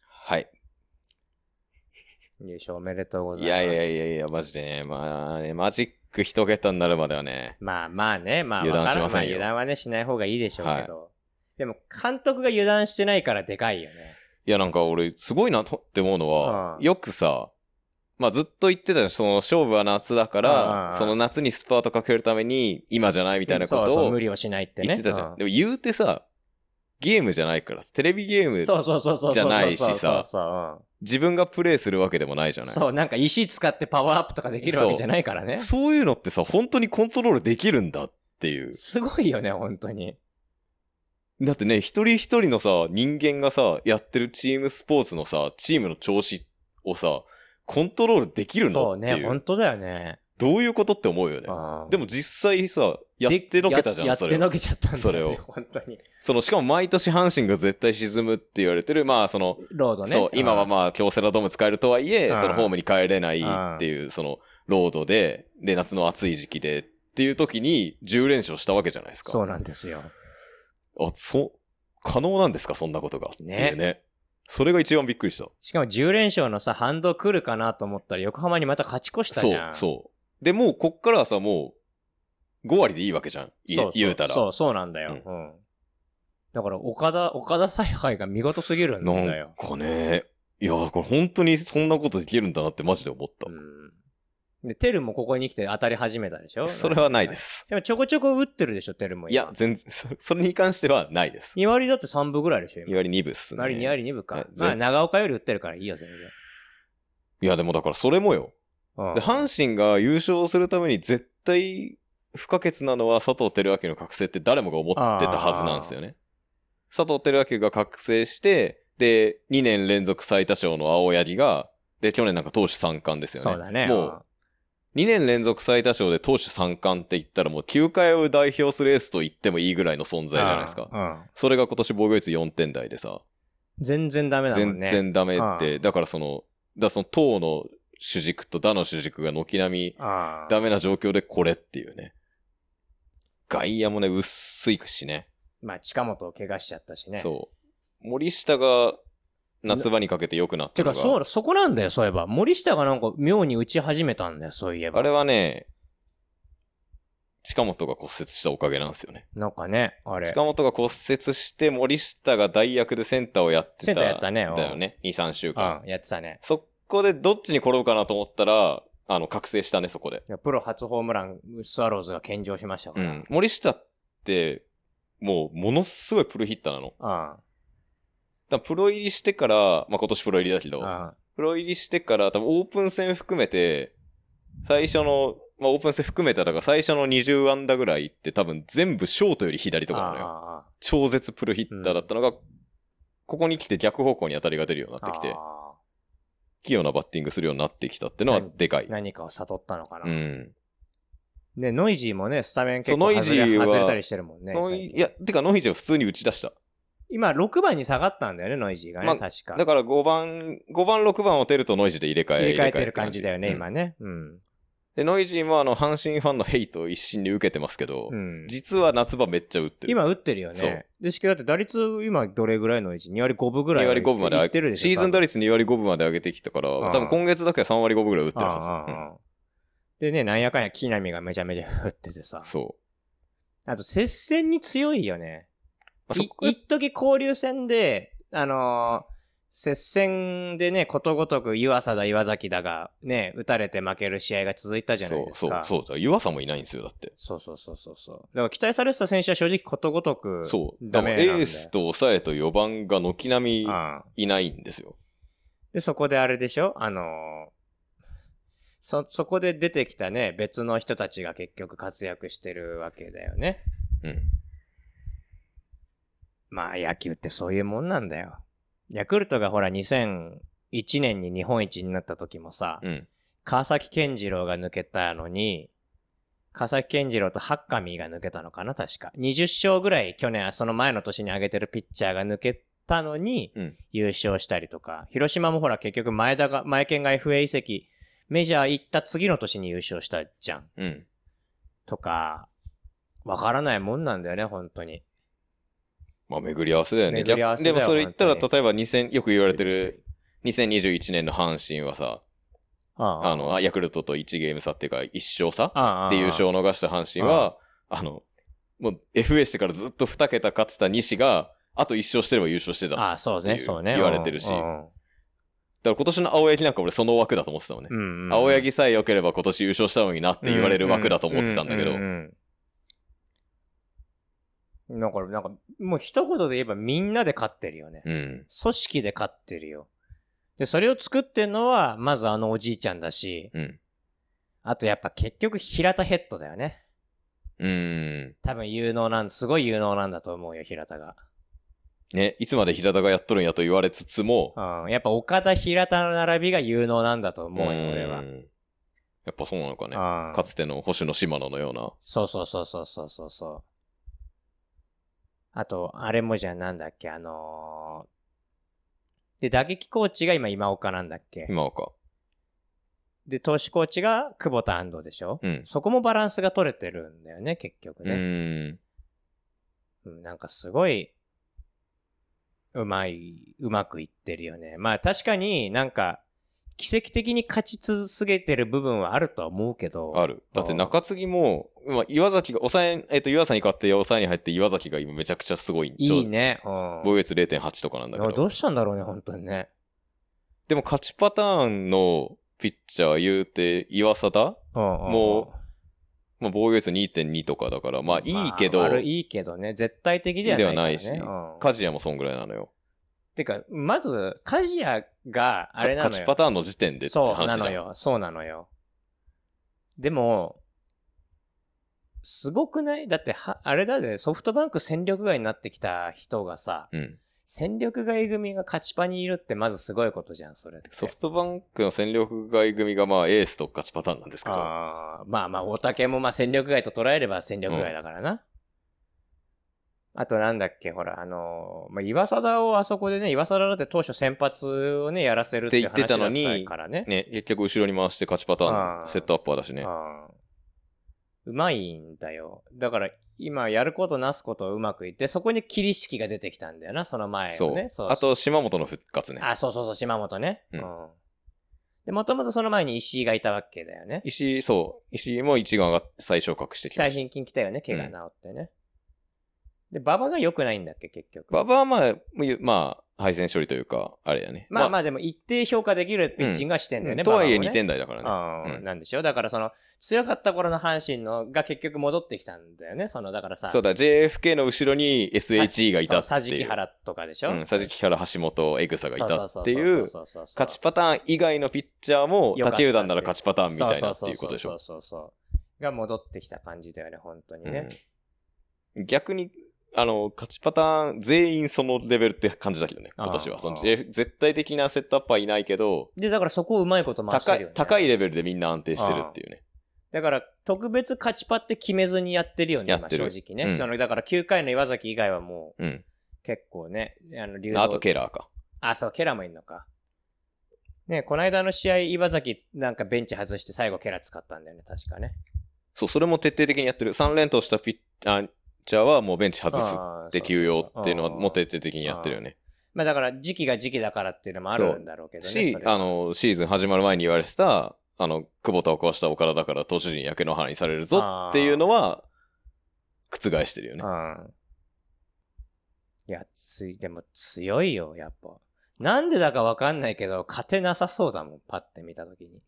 B: はい。
A: ー優勝おめでとうござい
B: い
A: ます。
B: やいやいやいや、マジでね。まあね、マジック一桁になるまではね。
A: まあまあね、まあ
B: 油断
A: わから
B: しませんよ
A: 油断はね、しない方がいいでしょうけど。でも、監督が油断してないからでかいよね。
B: いや、なんか俺、すごいなとって思うのは、
A: うん
B: よくさ、まあずっと言ってたじゃんその勝負は夏だか
A: う
B: ら、
A: ん
B: その夏にスパートかけるために、今じゃないみ
A: み
B: たいなこ
A: そうそ
B: と
A: う、
B: を
A: 無理をしないってね。
B: 言ってたじゃ
A: うん
B: ん。でも言うてさ、ゲームじゃないから、テレビゲーム、
A: そうそうそうそうそうそうそう。
B: じゃないしさ
A: そうそう
B: 自分がプレイするわけでもないじ
A: う
B: ゃ
A: ん。
B: ない。
A: そう、なんか石使ってパワーアップとかできるわけじゃないからね。
B: そういうのってさ、本当にコントロールできるんだっていう。
A: すごいよね、本当に。
B: だってね、一人一人のさ、人間がさ、やってるチームスポーツのさ、チームの調子をさ、コントロールできるの
A: そ
B: っ
A: う
B: てい
A: ね、
B: う。
A: 本当だよね。
B: どういうことって思うよね。
A: うん
B: でも実際さ、やってのけたじ
A: でや
B: ゃん、そ
A: や
B: れ
A: っての
B: を。
A: けちゃったんだよね
B: それを
A: 本当に。
B: その、しかも毎年阪神が絶対沈むって言われてる、まあその、
A: ロードね。
B: そう、今は
A: あ、
B: まあ京セラドーム使えるとはいえ、
A: うん
B: そのホームに帰れないっていう、その、ロードで、で、夏の暑い時期でっていう時に10連勝したわけじゃないですか。
A: そうなんですよ。
B: あ、そう、可能なんですか、そんなことが。っていう
A: ね
B: ね。それが一番びっくりした。
A: しかも10連勝のさ、反動来るかなと思ったら横浜にまた勝ち越した
B: そ
A: じ
B: う
A: ゃん。、う。
B: そう。で、もうこっからはさ、もう、5割でいいわけじゃん。い
A: そう
B: 言うたら。
A: そう、そうなんだよ。うん。だから、岡田、岡田采配が見事すぎるん
B: なん
A: だよ。
B: かね、いや、これ本当にそんなことできるんだなってマジで思った。
A: うん。で、テルもここに来て当たり始めたでしょ
B: それはないで。す。
A: でもちょこちょこ打ってるでしょ、テルも今。
B: いや、全然、そ それに関してはないです。
A: 2割だって3分ぐらいでしょ、
B: い
A: 今。
B: わゆる2部っすね。
A: 割2割2分か
B: ね。
A: まあ、
B: 全
A: 長岡より打ってるからいいよ、全然。
B: いや、でもだからそれもよ。
A: うん
B: で、阪神が優勝するために絶対不可欠なのは佐藤輝明の覚醒って誰もが思ってたはずなんですよね。佐藤輝明が覚醒して、で、2年連続最多勝の青柳が、で、去年なんか投手3冠ですよね。
A: そうだね。
B: もう、2年連続最多勝で投手3冠って言ったらもう球界を代表するエースと言ってもいいぐらいの存在じゃないですか。
A: うんうん
B: それが今年防御率4点台でさ、
A: 全然ダメだもん
B: 全
A: ね。
B: 然ダメって、
A: う
B: だからその、だからその投の主軸と打の主軸が軒並み
A: ああ
B: ダメな状況でこれっていうね。外野もね、薄いしね。
A: まあ、近本を怪我しちゃったしね。う。
B: そう。森下が夏場にかけて良くなった
A: て
B: の
A: か、
B: が。
A: そう、そこなんだよ、そういえば。森下がなんか妙に打ち始めたんだよ、そういえば。
B: あれはね、近本が骨折したおかげなんですよね。
A: なんかね、あれ。
B: 近本が骨折して、森下が代役でセンターをやってた。
A: センターやったねうん
B: だよね。2、3週間。
A: うん、やってたね。
B: そこでどっちに転ぶかなと思ったら、あの、覚醒したね、そこで。
A: いやプロ初ホームラン、スワローズが献上しましたか
B: う
A: ら。
B: ん。森下って、もう、ものすごいプルヒッターなの。
A: あ
B: だからプロ入りしてから、まあ、今年プロ入りだけど、
A: あ
B: プロ入りしてから、多分オープン戦含めて、最初の、まあ、オープン戦含めただから最初の20安打ぐらいって多分全部ショートより左とかなのよ。
A: あ
B: 超絶プルヒッターだったのが、ここに来て逆方向に当たりが出るようになってきて、
A: あ
B: 器用なバッティングするようになってきたってのはでかい
A: ー。何かを悟ったのか
B: う
A: な。
B: ん。
A: ね、ノイジーもね、スタメン結
B: そ
A: 構
B: うノイ
A: 外
B: ジー
A: れ
B: は
A: 外れたりしてるもんね。
B: ノ
A: 最
B: イ
A: 近
B: いや、てかノイジーは普通に打ち出した。
A: 今、6番に下がったんだよね、ノイジーがね、
B: まあ
A: 確か。
B: だから5番、5番、6番を出るとノイジーで入れ替え
A: 入れ替えてる感じだよね、。
B: 入れ替えって
A: 今ね。うん。
B: うんで、ノイジーもあの、阪神ファンのヘイトを一心に受けてますけど、
A: うん
B: 実は夏場めっちゃ打ってる。
A: 今打ってるよ
B: そう
A: ね。で、しかもだって打率今どれぐらいの位置 ?2 割5分ぐらい。
B: 2割5分まで
A: い
B: 上
A: ってる
B: げ
A: でしょ
B: シーズン打
A: 率
B: 率2割5分まで上げてきたから、
A: うん
B: 多分今月だけは3割5分ぐらい打って
A: 打
B: るはず。う
A: で
B: ん
A: ね、なんやかんや木浪がめちゃめちゃ打っててさ。
B: そ
A: あと、接戦に強いよね。
B: あ、そ
A: い
B: こ、
A: 一時交流戦で、あのー接戦でね、ことごとく湯浅だ岩崎だが、ね、打たれて負ける試合が続いたじゃないですか。
B: そう、そう、そう。湯浅もいないんですよ、だって。
A: そうそうそうそうそう。だから期待されてた選手は正直ことごとく、
B: そう。
A: ダ
B: だか
A: メ
B: ら
A: なんで。
B: エースと抑えと4番が軒並み
A: うん
B: いないんですよ。
A: で、そこであれでしょあのーそ、そこで出てきたね、別の人たちが結局活躍してるわけだよね。
B: うん。
A: まあ野球ってそういうもんなんだよ。ヤクルトがほら2001年に日本一になった時もさ、
B: うん。
A: 川崎健次郎が抜けたのに、川崎健次郎とハッカミーが抜けたのかな確か。20勝ぐらい去年、その前の年に上げてるピッチャーが抜けたのに、
B: うん
A: 優勝したりとか、広島もほら結局前田が、前県が FA 移籍、メジャー行った次の年に優勝したじゃん。
B: うん。
A: とか、わからないもんなんだよね、本当に。
B: まあ、巡り合わせだよね。
A: 巡り合わせだ
B: で
A: よ
B: もそれ言ったら、
A: 本当に
B: 例えば2000、よく言われてる、2021年の阪神はさ、
A: ああ
B: あの、あヤクルトと1ゲーム差っていうか、1勝差
A: ああ
B: で優勝を逃した阪神は、あの、もう FA してからずっと2桁勝ってた西が、あと1勝してれば優勝してた。だか
A: ああ、そうね、
B: っていう
A: そうね。
B: 言われてるし
A: うんうん
B: ら今年の青柳なんか俺その枠だと思ってたもんね。
A: うんうん
B: 青柳さえ良ければ今年優勝したのになって言われる枠だと思ってたんだけど
A: うう、うんうんだから、なんか、もう一言で言えばみんなで勝ってるよね。
B: うん。
A: 組織で勝ってるよ。で、それを作ってんのは、まずあのおじいちゃんだし、
B: うん。
A: あとやっぱ結局平田ヘッドだよね。
B: うん。
A: 多分有能なん、すごい有能なんだと思うよ、平田が。
B: ね、いつまで平田がやっとるんやと言われつつも、
A: うん。やっぱ岡田、平田の並びが有能なんだと思うよ、俺は。
B: んやっぱそうなのかね。
A: うん
B: かつての星野島野のような。
A: そうそうそうそうそうそうそう。あと、あれもじゃあなんだっけ、あのーで、打撃コーチが今今岡なんだっけ。
B: 今岡。
A: で、投手コーチが久保田安藤でしょ、
B: うん。
A: そこもバランスが取れてるんだよね、結局ね。
B: うん。
A: うん、なんかすごい、うまい、うまくいってるよね。まあ確かになんか、奇跡的に勝ち続けてる部分はあるとは思うけど。
B: ある。だって中継ぎも、まあ、岩崎が、抑え、えっと、岩佐に勝って、抑えに入って、岩崎が今めちゃくちゃすごい。
A: いい。ね。うん。
B: 防御率0.8とかなんだけ
A: ど
B: ど。
A: うしたんだろうね、本当にね。
B: でも勝ちパターンのピッチャー言うて、岩佐だもまあ、防御率2.2とかだから、
A: う
B: まあいいけど、
A: まあ悪いいけどね、絶対的ではないから、ね。
B: では
A: うん
B: カジヤもそんぐらいなのよ。
A: てか、まず、カジヤが、あれなのよ。
B: 勝ちパターンの時点でって
A: そう
B: 話
A: な
B: だ
A: のよ。そうなのよ。でも、すごくないだっては、あれだぜ、ソフトバンク戦力外になってきた人がさ、
B: うん。
A: 戦力外組が勝ちパにいるってまずすごいことじゃん、それって。
B: ソフトバンクの戦力外組がまあエースと勝ちパターンなんですけど、
A: あーまあまあ、大竹もまあ戦力外と捉えれば戦力外だからな。あとなんだっけ、ほら、あのーまあ、岩貞をあそこでね、岩貞だって当初先発をね、やらせるって
B: って言ってたのに
A: 話だったからね。
B: ね、結局後ろに回して勝ちパターン
A: あー
B: のセットアッパーだしね。
A: あーうまいんだよ。だから、今やることなすことをうまくいって、そこに桐敷が出てきたんだよな、その前
B: そ
A: の
B: う。
A: ね。そう
B: あと、島本の復活ね。
A: あ、そうそうそう、島本ね。う。
B: うんん
A: で、もともとその前に石井がいたわけだよね。
B: 石井、そう。石井も一眼が最小格してきま
A: 最
B: した。
A: 近来たよね、怪我治ってね。で、馬場が良くないんだっけ、結局。
B: 馬場はまあ、まあ、敗戦処理というか、あれやね。
A: まあまあでも一定評価できるピッチングはしてんだよね、
B: とはいえ
A: 馬場もね
B: 2点台だからね。
A: あー
B: うん
A: なんでしょうだからその強かった頃の阪神のが結局戻ってきたんだよねそのだからさ
B: そうだ、JFK の後ろに SHE がいたっていう。
A: さじき原とかでしょ、
B: うん、佐木原、橋本、エグサがいたっていう、
A: 勝
B: 勝ちパターン以外のピッチャーも、
A: 良かった
B: 他球団なら勝ちパターンみたいなっていうことでし
A: そ
B: ょ
A: う。そうそうそうが戻ってきた感じだよね本当にね、
B: うん逆に、あの、勝ちパターン全員そのレベルって感じだけどね、今年
A: あ
B: は。
A: ー
B: その JF 絶対的なセットアップはいないけど、
A: でだからそこをうまいこと回して
B: 高
A: るよ
B: い
A: ね、
B: 高いレベルでみんな安定してるっていうね。
A: だから特別勝ちパって決めずにやってるよね
B: やってる
A: 今正直ね、
B: うん
A: そのだから9回の岩崎以外はもう
B: うん。
A: 結構ねあの流動
B: あと、ケラーか。
A: あ、そう、ケラもいんのか。ねこの間の試合、岩崎なんかベンチ外して最後ケラ使ったんだよね、確かね。
B: そう、それも徹底的にやってる。3連投したピッあチャーはもうベンチ外す
A: あー
B: って休養っていうのは
A: そうそうそう
B: もう徹底的にやってるよね。
A: まあだから時期が時期だからっていうのもあるんだろうけどね。
B: し
A: そ、れは
B: あ、の、シーズン始まる前に言われてた、あの、久保田を壊した岡田だから投手陣やけの花にされるぞっていうのは、覆してるよね
A: う。ん。いや、つい、でも強いよ、やっぱ。なんでだかわかんないけど、勝てなさそうだもん、パッて見たときに。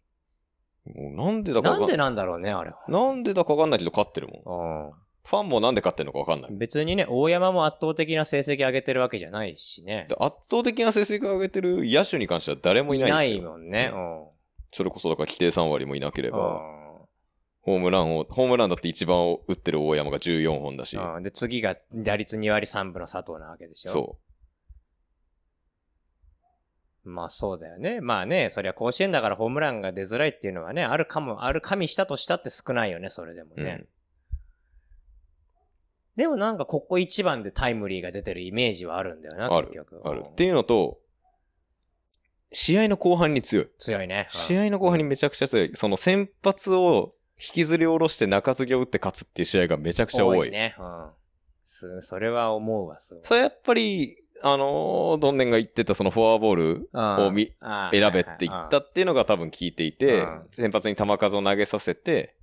B: もうなんでだか
A: な
B: わか
A: ん
B: んな
A: で
B: い。
A: なんだろうね、あれ
B: なんでだかわかんないけど勝ってるもん。
A: は。
B: ファンもなんで勝ってるのかわかんな
A: う
B: い。
A: ん。別にね、大山も圧倒的な成績上げてるわけじゃないしね
B: で。圧倒的な成績を上げてる野手に関しては誰もいないんですよ。
A: もんね。うん。
B: それこそだから規定3割もいなければ、
A: うん
B: ホームランを、ホームランだって一番打ってる大山が14本だし、
A: うん、で、次が打率2割3分の佐藤なわけでしょ。。
B: そう
A: まあそうだよね。まあね、そりゃ甲子園だからホームランが出づらいっていうのはね、あるかも、ある加味したとしたって少ないよね、それでも
B: う。
A: ね。でもなんかここ一番でタイムリーが出てるイメージはあるんだよな、
B: ある
A: 結局。
B: うん、ある。
A: うん
B: っていうのと、試合の後半に強い。
A: 強いね。うん
B: 試合の後半にめちゃくちゃ強い。その先発を引きずり下ろして中継ぎを打って勝つっていう試合がめちゃくちゃ多い。
A: ね。うん。すそれは思うわ、すごい。
B: それやっぱり、あのー、どんねんが言ってたそのフォアボールをみ
A: 選
B: 選べって言ったっていうのが多分効いていて
A: うん、
B: 先発に球数を投げさせて、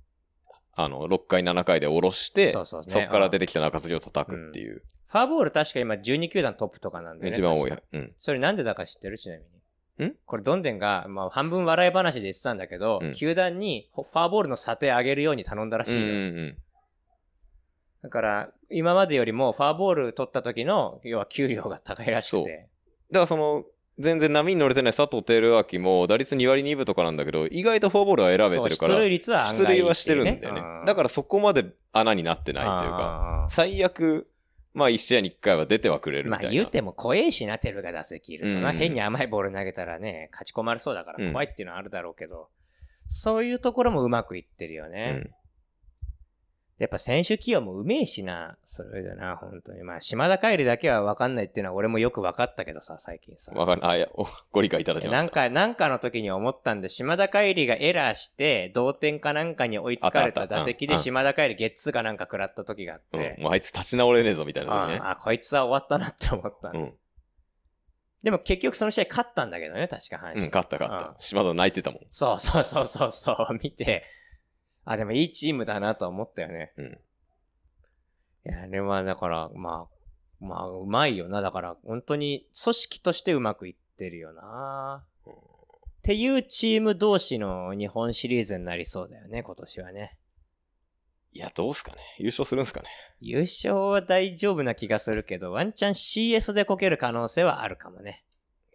B: あの、6回、7回で下ろして、
A: そう
B: そ
A: そうね
B: っから出てきた中継ぎを叩くっていう、
A: ファーボール確か今12球団トップとかなんで、ね。
B: 一番多い
A: 確か。
B: うん。
A: それなんでだか知ってるちなみに。
B: ん
A: これどんでんが、まあ半分笑い話で言ってたんだけど、
B: うん
A: 球団にファーボールの査定上げるように頼んだらし
B: うん
A: いよ。
B: うん
A: だから、今までよりもファーボール取った時の、要は給料が高いらしくて。
B: だからその、全然波に乗れてない佐藤輝明も打率2割2分とかなんだけど、意外とフォアボールは選べてるか
A: そう出塁
B: ら、
A: 率は案
B: 出
A: 外いいっていうね
B: 塁はしてるんだよね。だからそこまで穴になってないというか、
A: か
B: 最悪、まあ1試合に1回は出てはくれるみ
A: まあ
B: たいな。
A: 言うても怖えしな、テルが打席いるとな、
B: うん
A: 変に甘いボール投げたらね、勝ち込まれそうだか
B: う
A: ら
B: ん
A: 怖いっていうのはあるだろうけど、そういうところもうまくいってるよね。
B: うん
A: やっぱ選手起用もうめえしな、それだな、本当に。まあ島田帰りだけは分かんないっていうのは俺もよく分かったけどさ、最近さ。
B: わかんない。あ、いや、おご理解いただきました。
A: なんか、なんかの時に思ったんで、島田帰りがエラーして、同点かなんかに追いつかれた
B: あったあった
A: 打席
B: う
A: で
B: ん
A: 島田帰りゲッツーかなんか食らった時があっ
B: うん、
A: て、
B: もうあいつ立ち直れねえぞみたいな時ね。
A: ああ、こいつは終わったなって思ったの。
B: うん。
A: でも結局その試合勝ったんだけどね、確か阪
B: うん、
A: 神。
B: 勝った勝った。島田泣いてたもん。
A: そうそうそうそうそう、見て、あ、でもいいチームだなと思ったよね。
B: うん。
A: いや、あれはだから、まあ、まあ、うまいよな。だから、本当に組織としてうまくいってるよな。っていうチーム同士の日本シリーズになりそうだよね、今年はね。
B: いや、どうすかね。優勝するんすかね。
A: 優勝は大丈夫な気がするけど、ワンチャン CS でこける可能性はあるかもね。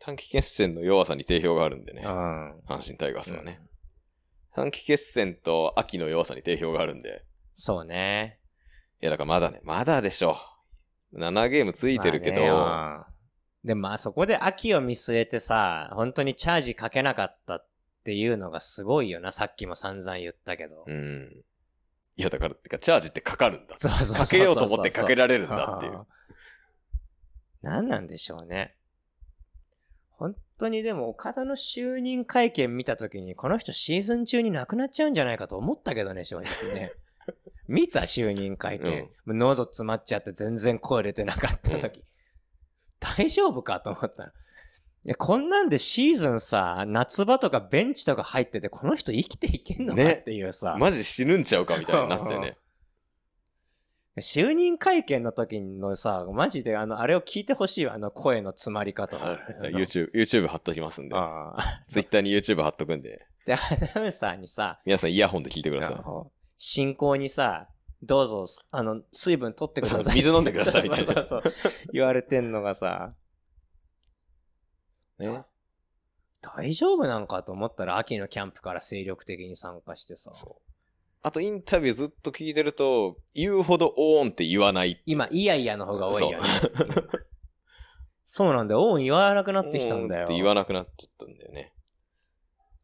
B: 短期決戦の弱さに定評があるんでね。
A: ん。
B: 阪神タイガースはね。短期決戦と秋の弱さに定評があるんで。
A: そうね。
B: いや、だからまだね、まだでしょ。7ゲームついてるけど、
A: まあねうんでもまあそこで秋を見据えてさ、本当にチャージかけなかったっていうのがすごいよな。さっきも散々言ったけど。
B: うん。いや、だから、てか、チャージってかかるんだ。
A: そうそうそうそう
B: かけようと思ってかけられるんだっていう
A: あ。ー。何なんでしょうね。本当にでも岡田の就任会見見たときに、この人シーズン中に亡くなっちゃうんじゃないかと思ったけどね、正直ね。見た就任会見。もう喉詰まっちゃって全然声出てなかった時、大丈夫かと思ったのいやこんなんでシーズンさ、夏場とかベンチとか入ってて、この人生きていけんのか
B: ね
A: っていうさ。
B: マジ死ぬんちゃうかみたいになってたよ ね。
A: 就任会見の時のさ、マジであの、あれを聞いてほしいわ、あの声の詰まり方。
B: はい YouTube、YouTube 貼っときますんで。
A: ああ。
B: Twitter に YouTube 貼っとくんで。
A: で、アナウンサーにさ、
B: 皆さんイヤホンで聞いてくだ
A: あ
B: さ
A: の進行にさ、どうぞ、あの、水分取ってくださ
B: そう
A: い。
B: 水飲んでくださいみたいな
A: そうそうそう言われてんのがさ、
B: い。ね。
A: 大丈夫なんかと思ったら、秋のキャンプから精力的に参加してさ、
B: そう。あとインタビューずっと聞いてると、言うほどオーンって言わない。
A: 今、いやいやの方が多いよね。うん そうなんだよ。オン言わなくなってきたんだよ。
B: オーンって言わなくなっちゃったんだよね。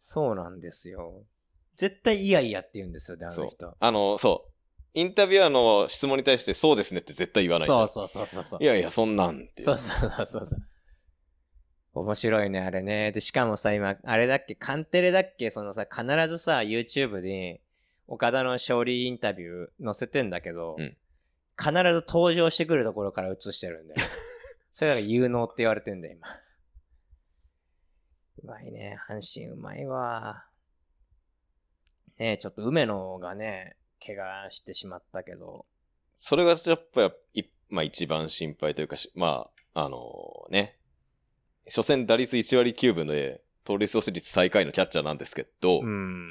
A: そうなんですよ。絶対いやいやって言うんですよね、あ
B: そ
A: の
B: う
A: 人。。
B: あの、そう。インタビュアーの質問に対して、そうですねって絶対言わない。
A: そうそうそうそうそう。
B: いやいや、そんなんって。
A: そうそうそうそうそう。面白いね、あれね。で、しかもさ、今、あれだっけ、カンテレだっけ、そのさ、必ずさ、YouTube に、岡田の勝利インタビュー載せてんだけど、
B: うん
A: 必ず登場してくるところから映してるんだ よ。それが有能って言われてんだよ、今。うまいね、阪神うまいわ。ねえちょっと梅野がね、怪我してしまったけど、
B: それがやっぱり、まあ一番心配というかし、まあ、あのね、初戦打率1割9分で、盗塁阻止率最下位のキャッチャーなんですけど、
A: うん。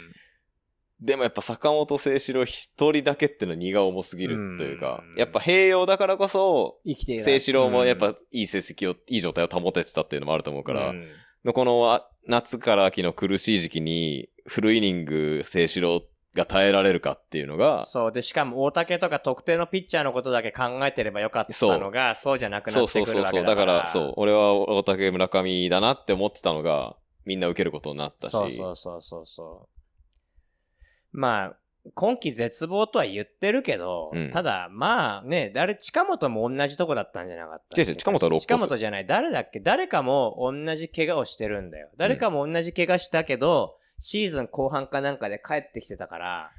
B: でもやっぱ坂本誠志郎一人だけってのは荷が重すぎるというか、
A: うん
B: やっぱ併用だからこそ、
A: 生きてい
B: 誠志郎もやっぱいい成績を、いい状態を保ててたっていうのもあると思うから、
A: うん
B: のこのあ夏から秋の苦しい時期にフルイニング清志郎が耐えられるかっていうのが、
A: そう。で、しかも大竹とか特定のピッチャーのことだけ考えてればよかったのが、そうじゃなくな
B: そう
A: っ
B: そ
A: て
B: う
A: く
B: そ
A: る
B: う
A: わ
B: そ
A: け
B: う。
A: だ
B: だ
A: か。
B: からら、そう、俺は大竹村上だなって思ってたのが、みんな受けることになったし、
A: そうそうそうそうそう。まあ、今季絶望とは言ってるけど、
B: うん
A: ただ、まあね、誰、近本も同じとこだったんじゃなかった
B: 違う違う近本は肋骨
A: 近本じゃない、誰だっけ誰かも同じ怪我をしてるんだよ。誰かも同じ怪我したけど、シーズン後半かなんかで帰ってきてたから、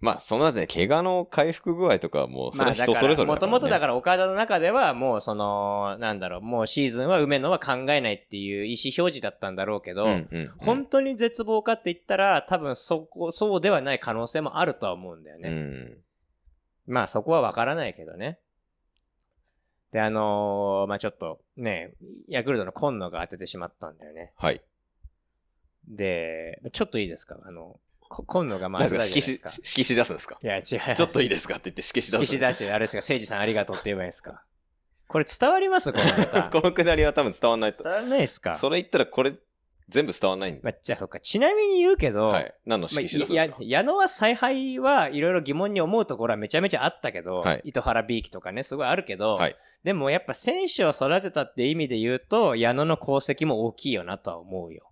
B: まあ、そんなね、怪我の回復具合とかはもう、それは人それぞれ
A: も
B: だか
A: と
B: ら、ね。
A: もとだから岡田の中ではもうそのなんだろうもうシーズンは梅野は考えないっていう意思表示だったんだろうけど、
B: うんうんうん
A: 本当に絶望かって言ったら多分そこそうではない可能性もあるとは思うんだよ
B: う
A: ね、
B: ん。
A: まあそこは分からないけどねであのーまあちょっとねヤクルトの今野が当ててしまったんだよね
B: はい。
A: でちょっといいですかあのこ今野がまあ
B: なん
A: 当て
B: で
A: た
B: す
A: じゃ
B: か
A: ないです
B: 色紙
A: か、
B: 色紙出すんですか
A: いや違う
B: ちょっといいですかって言って色紙出す。
A: 岸出して、あれですか、誠治さんありがとうって言えばいいですか。これ伝わり ますこのネタ。
B: このくだりは多分伝わんないと。
A: 伝わらないですか。
B: それ言ったらこれ、全部伝わんないんで。
A: まあ、じゃあ、そっか。ちなみに言うけど、
B: はい。何の
A: まあ
B: 色紙出すんですか、
A: いや矢野は采配はいろいろ疑問に思うところはめちゃめちゃあったけど、
B: はい
A: 糸原ビーキとかね、すごいあるけど、
B: はい
A: でもやっぱ選手を育てたって意味で言うと、矢野の功績も大きいよなとは思うよ。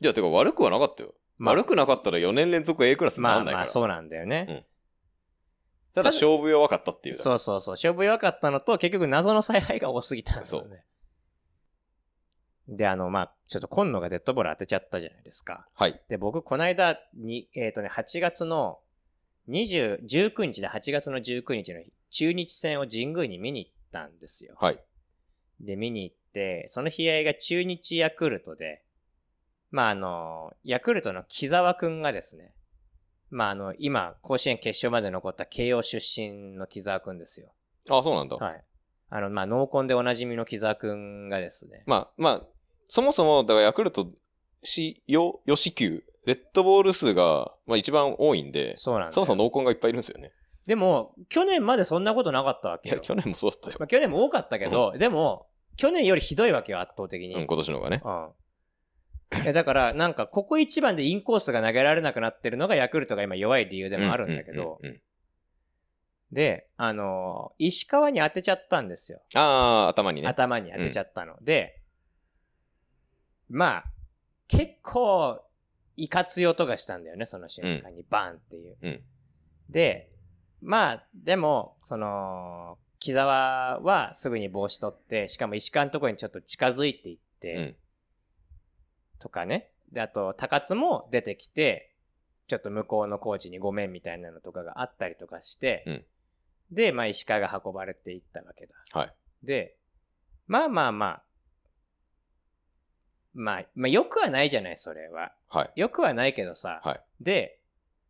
B: いや、てか悪くはなかったよ。
A: まあ
B: 悪くなかったら4年連続 A クラスにな
A: ま
B: ら
A: あ
B: ないか
A: ま
B: ら。
A: あ、そうなんだよね。
B: うんただ勝負弱かったっていうだけ。
A: そうそうそう。勝負弱かったのと、結局謎の采配が多すぎたんですよね。で、あの、まあ、ちょっと今野がデッドボール当てちゃったじゃないですか。
B: はい。
A: で、僕、この間に、えっ、とね、8月の20、19日で8月の19日の中日戦を神宮に見に行ったんですよ。
B: はい。
A: で、見に行って、その日合が中日ヤクルトで、まあ、あの、ヤクルトの木沢くんがですね、まあ、あの、今、甲子園決勝まで残った慶応出身の木沢くんですよ。
B: あ、そうなんだ。
A: はい。あの、まあ、濃紺でおなじみの木沢くんがですね。
B: まあ、まあ、そもそも、だからヤクルト、し、よ、よしきゅう、デッドボール数が、まあ一番多いんで、
A: そうなんです
B: そもそも濃紺がいっぱいいるんですよね。
A: でも、去年までそんなことなかったわ
B: い
A: け
B: や、
A: よ。
B: 去年もそうだったよ。
A: まあ、去年も多かったけど、でも、去年よりひどいわけよ、圧倒的に。
B: うん、今年の方がね。
A: うんいやだから、なんか、ここ一番でインコースが投げられなくなってるのが、ヤクルトが今弱い理由でもあるんだけど、
B: うんうんうんうん
A: で、あのー石川に当てちゃったんですよ。
B: ああ、頭にね。
A: 頭に当てちゃったの。で、まあ、結構、いかつい音がしたんだよね、その瞬間に。バーンっていう。
B: うん
A: で、まあ、でも、その、木沢はすぐに帽子取って、しかも石川のところにちょっと近づいていっ
B: う
A: て、
B: ん。
A: とかね。で、あと、高津も出てきて、ちょっと向こうのコーチにごめんみたいなのとかがあったりとかして、
B: うん
A: で、まあ、石川が運ばれていったわけだ。
B: はい
A: で、まあまあまあ、まあ、まあ、よくはないじゃない、それは。
B: はい。
A: よくはないけどさ。
B: はい
A: で、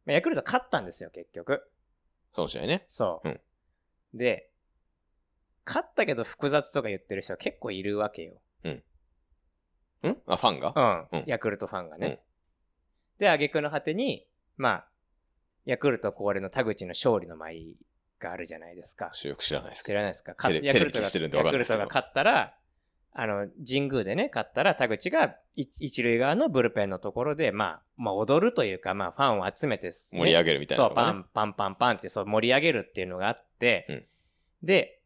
A: まあヤクルト勝ったんですよ、結局。
B: その試合ね。
A: そう。
B: うん
A: で、勝ったけど複雑とか言ってる人結構いるわけよ。
B: んあ、ファンが
A: う
B: うんん、
A: ヤクルトファンが
B: うん
A: ね。で、挙句の果てに、まあ、ヤクルト恒例の田口の勝利の舞があるじゃないですか。
B: 主力知らないです
A: 知
B: けど。
A: らないですか。勝
B: テレビ
A: ヤクルト
B: テレビ
A: が
B: 消してるんで
A: ヤ
B: わかん
A: ク
B: な
A: ル
B: いです
A: ト
B: け
A: が
B: ど
A: 勝ったら、あの、神宮でね、勝ったら、田口がい一塁側のブルペンのところで、まあ、まあ、踊るというか、まあ、ファンを集めてですね、
B: 盛り上げるみたい
A: そ
B: なの
A: う、パ
B: がね、
A: ンパンパンパンってそう盛り上げるっていうのがあって、
B: うん
A: で、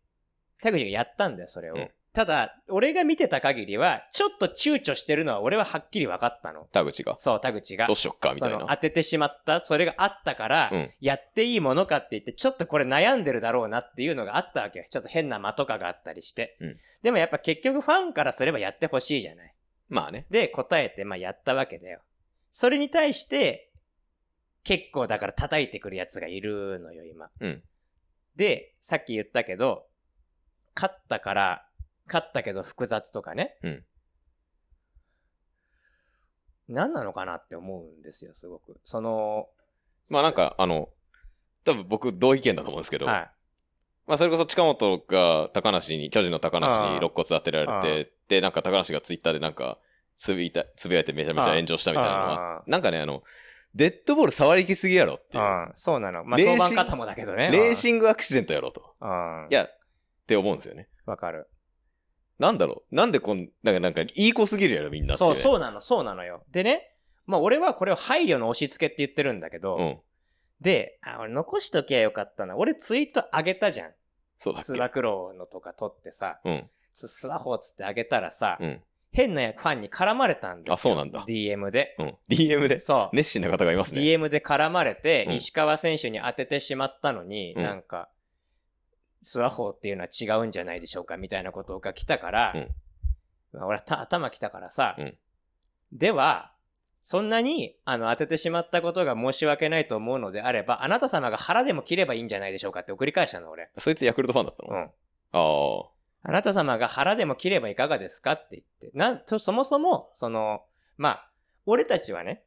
A: 田口がやったんだよ、それを。
B: うん
A: ただ、俺が見てた限りは、ちょっと躊躇してるのは俺ははっきり分かったの。
B: 田口が。
A: そう、田口が
B: どう。しよっか、みた
A: そ
B: い
A: の
B: な。
A: 当ててしまった、それがあったから、
B: うん
A: やっていいものかって言って、ちょっとこれ悩んでるだろうなっていうのがあったわけよ。ちょっと変な間とかがあったりして。
B: うん
A: でもやっぱ結局ファンからすればやってほしいじゃない。
B: まあね。
A: で、答えて、まあ、やったわけだよ。それに対して、結構だから叩いてくるやつがいるのよ、今。
B: うん
A: で、さっき言ったけど、勝ったから、勝ったけど複雑とかね。
B: うん
A: 何なのかなって思うんですよ、すごく。その、
B: まあなんか、あの、多分僕同意見だと思うんですけど、
A: は
B: まあ、それこそ近本が高梨に、巨人の高梨に肋骨当てられて、で、なんか高梨がツイッターでなんか、つぶいた、つぶやいてめちゃめちゃ炎上したみたいなの
A: あ
B: は、なんかね、あの、デッドボール触りきすぎやろっていう。
A: うん、そうなの。まあ、
B: レー
A: 登
B: シン
A: 板方もだけどね。
B: レーシングアクシデントやろと。
A: うん。うん
B: いや、って思うんですよね。
A: わかる。
B: なんだろうなんでこん、なんか、なんか、いい子すぎるやろ、みんなって。
A: そう、
B: う。
A: そうなの、そうなのよ。でね、まあ、俺はこれを配慮の押し付けって言ってるんだけど、
B: うん。
A: で、あ、俺残しときゃよかったな。俺ツイートあげたじゃん。
B: そうだっ
A: 須田
B: け。
A: 九郎のとか撮ってさ、
B: うん。
A: つ須田法つってあげたらさ、
B: うん。
A: 変なファンに絡まれたんですよ。
B: あそうなんだ
A: DM で。
B: うん。DM で、
A: そう。
B: 熱心な方がいますね。
A: DM で絡まれて、
B: うん
A: 石川選手に当ててしまったのに、
B: うん
A: なんか、スワホーっていうのは違うんじゃないでしょうかみたいなことが来たから、
B: うん
A: まあ俺はた頭きたからさ、
B: うん
A: では、そんなにあの当ててしまったことが申し訳ないと思うのであれば、あなた様が腹でも切ればいいんじゃないでしょうかって送り返したの、俺。
B: そいつヤクルトファンだったの
A: うん。
B: ああ。
A: あなた様が腹でも切ればいかがですかって言って、なんと、そもそも、その、まあ、俺たちはね、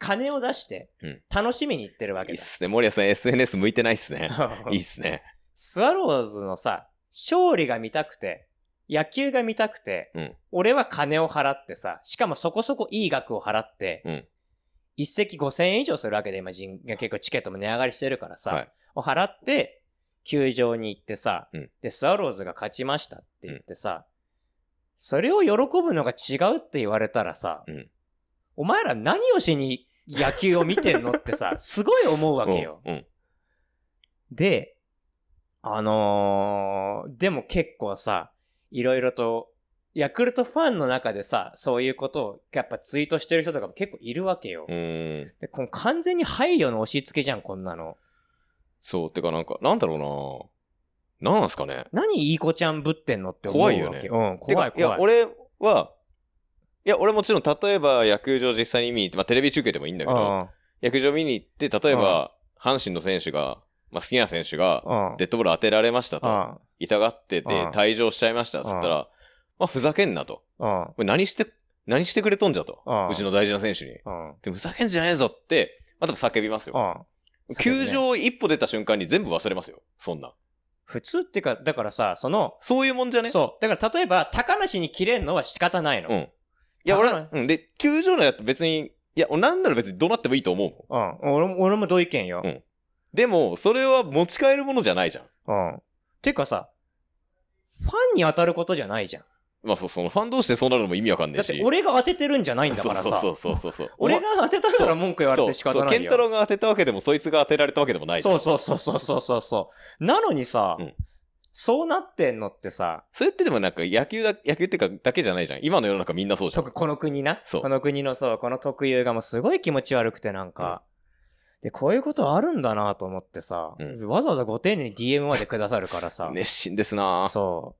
A: 金を出して
B: うん、
A: 楽しみに行ってるわ
B: い
A: け
B: いっ
A: だ。
B: すね。森谷さん SNS 向いてないっす ね。いいっすね。
A: スワローズのさ、勝利が見たくて、野球が見たくて、
B: うん
A: 俺は金を払ってさ、しかもそこそこいい額を払って、
B: うん
A: 一席5000円以上するわけで、今人、結構チケットも値上がりしてるからさ、
B: はい
A: を払って、球場に行ってさ、
B: うん
A: で、スワローズが勝ちましたって言ってさ、それを喜ぶのが違うって言われたらさ、
B: うん
A: お前ら何をしに野球を見てんのって さ、すごい思うわけよ。
B: うん。うん
A: で、あのーでも結構さ、いろいろと、ヤクルトファンの中でさ、そういうことをやっぱツイートしてる人とかも結構いるわけよ。
B: うーん。
A: でこの完全に配慮の押し付けじゃん、こんなの。
B: そう、てかなんか、なんだろうななんすかね。
A: 何いい子ちゃんぶってんのって思うわけ。
B: 怖いよね
A: うん、怖い
B: てかいや、
A: 怖い。
B: 俺は、いや、俺もちろん、例えば野球場実際に見に行って、まあテレビ中継でもいいんだけど、野球場見に行って、例えば、阪神の選手が、まあ好きな選手が、
A: うん、うん。
B: デッドボール当てられました
A: う
B: と、
A: ん、
B: 痛がってて
A: うん
B: 退場しちゃいましたっつったら、まあふざけんなと。
A: うん、
B: お前何して、何してくれとんじゃと
A: うん。
B: うちの大事な選手に。
A: うん、
B: でもふざけんじゃねえぞって、まあ多分叫びますよ。
A: うん。
B: 球場一歩出た瞬間に全部忘れますよ。そんな。
A: 普通っていうか、だからさ、その、
B: そういうもんじゃね
A: そう。だから例えば、高梨に切れんのは仕方ないの。
B: うん。いや、俺
A: だ
B: は
A: か、
B: うん。で、球場内だと別に、いや、俺なんなら別にどうなってもいいと思うもん。
A: うん。俺も、俺も同意見よ。
B: うんでも、それは持ち帰るものじゃないじゃん。
A: うん。てかさ、ファンに当たることじゃないじゃん。
B: まあ、そう、そのファン同士でそうなるのも意味わかんね
A: だ
B: え
A: っ
B: し。
A: て俺が当ててるんじゃないんだからさ。
B: そうそうそうそうそう。
A: 俺が当てたから文句言われ
B: そ
A: て
B: う、
A: 仕
B: そ
A: 方
B: う、
A: な
B: ケ
A: い
B: ン
A: よ
B: タ。ロウが当てたわけでも、そいつが当てられたわけでもないじゃん。
A: そうそうそうそうそうそうそう。なのにさ、
B: うん
A: そうなってんのってさ、
B: それってでもなんか野球だ、野球っていうかだけじゃないじゃん。今の世の中みんなそうじゃん
A: 特。この国な。
B: そう
A: この国のそう、この特有がもうすごい気持ち悪くてなんか、で、こういうことあるんだなと思ってさ、
B: うん、
A: わざわざご丁寧に DM までくださるからさ
B: 熱心ですなぁ
A: そ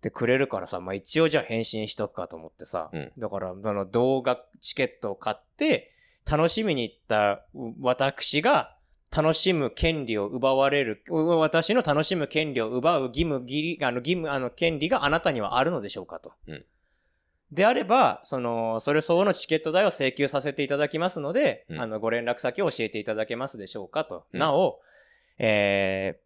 A: う。で、くれるからさ、まあ、一応じゃあ返信しとくかと思ってさ、
B: うん
A: だから、あの、動画、チケットを買って、楽しみに行ったう私が、楽しむ権利を奪われる、う私の楽しむ権利を奪う義務、義理あの義務、あの、権利があなたにはあるのでしょうかと。
B: うん
A: であれば、その、それ相応のチケット代を請求させていただきますので、
B: うん
A: あの、ご連絡先を教えていただけますでしょうかと。
B: うん
A: なお、え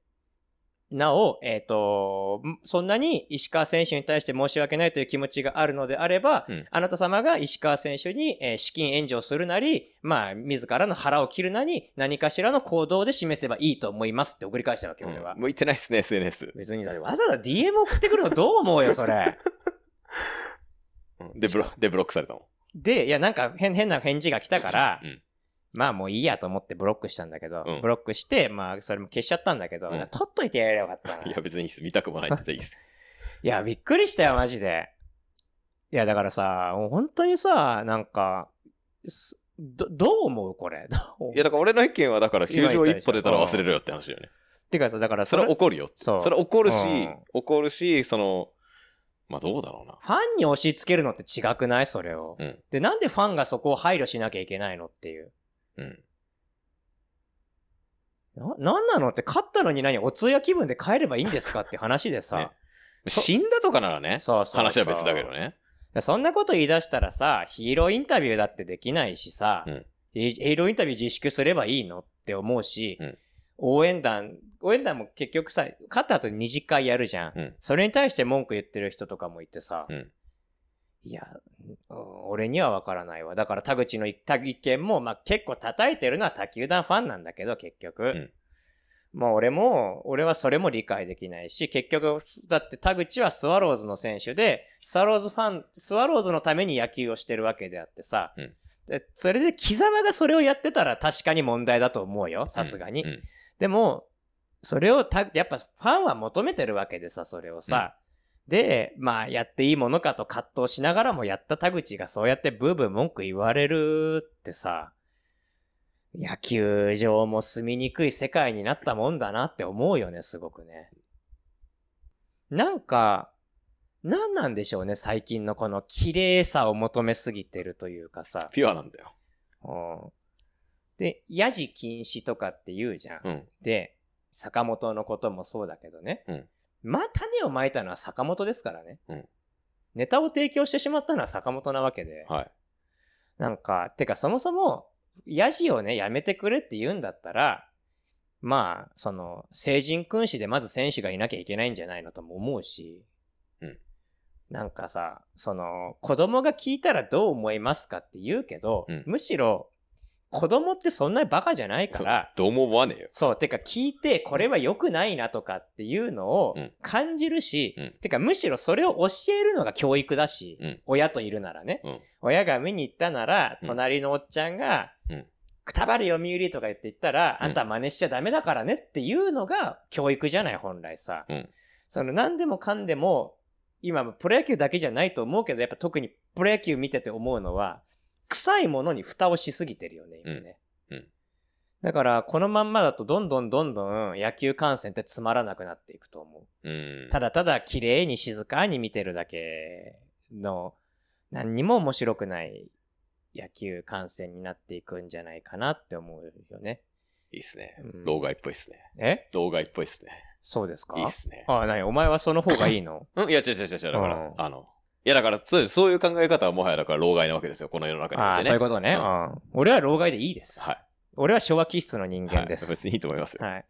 A: ー、なお、えっ、と、んそんなに石川選手に対して申し訳ないという気持ちがあるのであれば、
B: うん
A: あなた様が石川選手に、えー資金援助をするなり、まあ、自らの腹を切るなり、何かしらの行動で示せばいいと思いますって送り返したわけ、
B: うん
A: 俺は。
B: 向いてないっすね、SNS。
A: 別に、だってわざわざ DM 送ってくるのどう思うよ、そ れ。
B: うんで、ブロでブロックされたもん。
A: で、いや、なんか変、変な返事が来たから
B: う、ん。
A: まあもういいやと思ってブロックしたんだけど、
B: うん
A: ブロックして、まあ、それも消しちゃったんだけど、
B: うん
A: 取っと いてやればよかったな。
B: いや、別にいいっす。見たくもないんだったらいいっす。
A: いや、びっくりしたよ、マジで。いや、だからさ、もう本当にさ、なんか、すど、どう思うこれ。ど う思う
B: いや、だから俺の意見は、だから、球場一歩出たら忘れるよって話だよね。
A: てかさ、だから
B: それは怒るよ。
A: そう
B: それは怒るし
A: うん、
B: 怒るし、その、まあどうだろうな。
A: ファンに押し付けるのって違くないそれを、
B: うん
A: で、なんでファンがそこを配慮しなきゃいけないのっていう。
B: うん。
A: な、なんなのって、勝ったのに何お通夜気分で帰ればいいんですかって話で
B: ね
A: さ。そ
B: 死んだとかなら ね、
A: そうそうそう
B: 話は別だけどね。
A: そんなこと言い出したらさ、ヒーローインタビューだってできないしさ、
B: うん
A: ヒーローインタビュー自粛すればいいのって思うし、
B: うん
A: 応援団、応援団も結局さ、勝った後に二次会やるじゃん。
B: うん
A: それに対して文句言ってる人とかもいてさ、
B: うん
A: いや、うん俺には分からないわ。だから田口の一田意見も、まあ、結構叩いてるのは他球団ファンなんだけど、結局。
B: ん
A: まあ俺も、俺はそれも理解できないし、結局、だって田口はスワローズの選手で、スワローズファン、スワローズのために野球をしてるわけであってさ、
B: うん
A: でそれで貴様がそれをやってたら確かに問題だと思うよ、さすがに。
B: うん
A: でも、それをた、やっぱファンは求めてるわけでさ、それをさ。で、まあ、やっていいものかと葛藤しながらもやった田口がそうやってブーブー文句言われるってさ、野球場も住みにくい世界になったもんだなって思うよね、すごくね。なんか、何なんでしょうね、最近のこの綺麗さを求めすぎてるというかさ。
B: ピュアなんだよ。
A: うんで、やじ禁止とかって言うじゃん。
B: うん。
A: で、坂本のこともそうだけどね。
B: うん
A: まあ、種をまいたのは坂本ですからね。
B: うん
A: ネタを提供してしまったのは坂本なわけで。
B: はい。
A: なんか、てかそもそも、ヤジをね、やめてくれって言うんだったら、まあ、その、成人君子でまず選手がいなきゃいけないんじゃないのとも思うし、
B: うん
A: なんかさ、その、子供が聞いたらどう思いますかって言うけど、
B: うん
A: むしろ、子供ってそんなにバカじゃないから、
B: そうどうも思わねえよ。
A: そう、てか聞いて、これは良くないなとかっていうのを
B: うん
A: 感じるし、
B: うん
A: てかむしろそれを教えるのが教育だし、
B: うん
A: 親といるならね、
B: うん
A: 親が見に行ったなら、
B: うん
A: 隣のおっちゃんが、
B: うん
A: くたばる読売とか言って言ったら、
B: うん
A: あんた真似しちゃダメだからねっていうのが教育じゃない、本来さ。
B: うん
A: その何でもかんでも、今プロ野球だけじゃないと思うけど、やっぱ特にプロ野球見てて思うのは、臭いものに蓋をしすぎてるよね、今ね。だから、このまんまだと、どんどんどんどん野球観戦ってつまらなくなっていくと思
B: う
A: う。
B: ん。
A: ただただ綺麗に静かに見てるだけの、何にも面白くない野球観戦になっていくんじゃないかなって思うよね。
B: いいっすね
A: うん。
B: 老害っぽいっすね。
A: え
B: 老害っぽいっすね。
A: そうですか
B: いいっすね。
A: ああ、なにお前はその方がいい の
B: うん、いや、違う違う違う違う。だ
A: う
B: か
A: ん
B: ら、あの、いや、だから、そうそういう考え方はもはやだから、老害なわけですよ。この世の中に
A: あ
B: おい
A: あ、
B: て
A: そう
B: ね。
A: いうことね。
B: うん
A: うん俺は老害でいいです。
B: はい
A: 俺は昭和気質の人
B: は
A: 間
B: い。
A: です。
B: 別にいいと思いますよ。
A: はい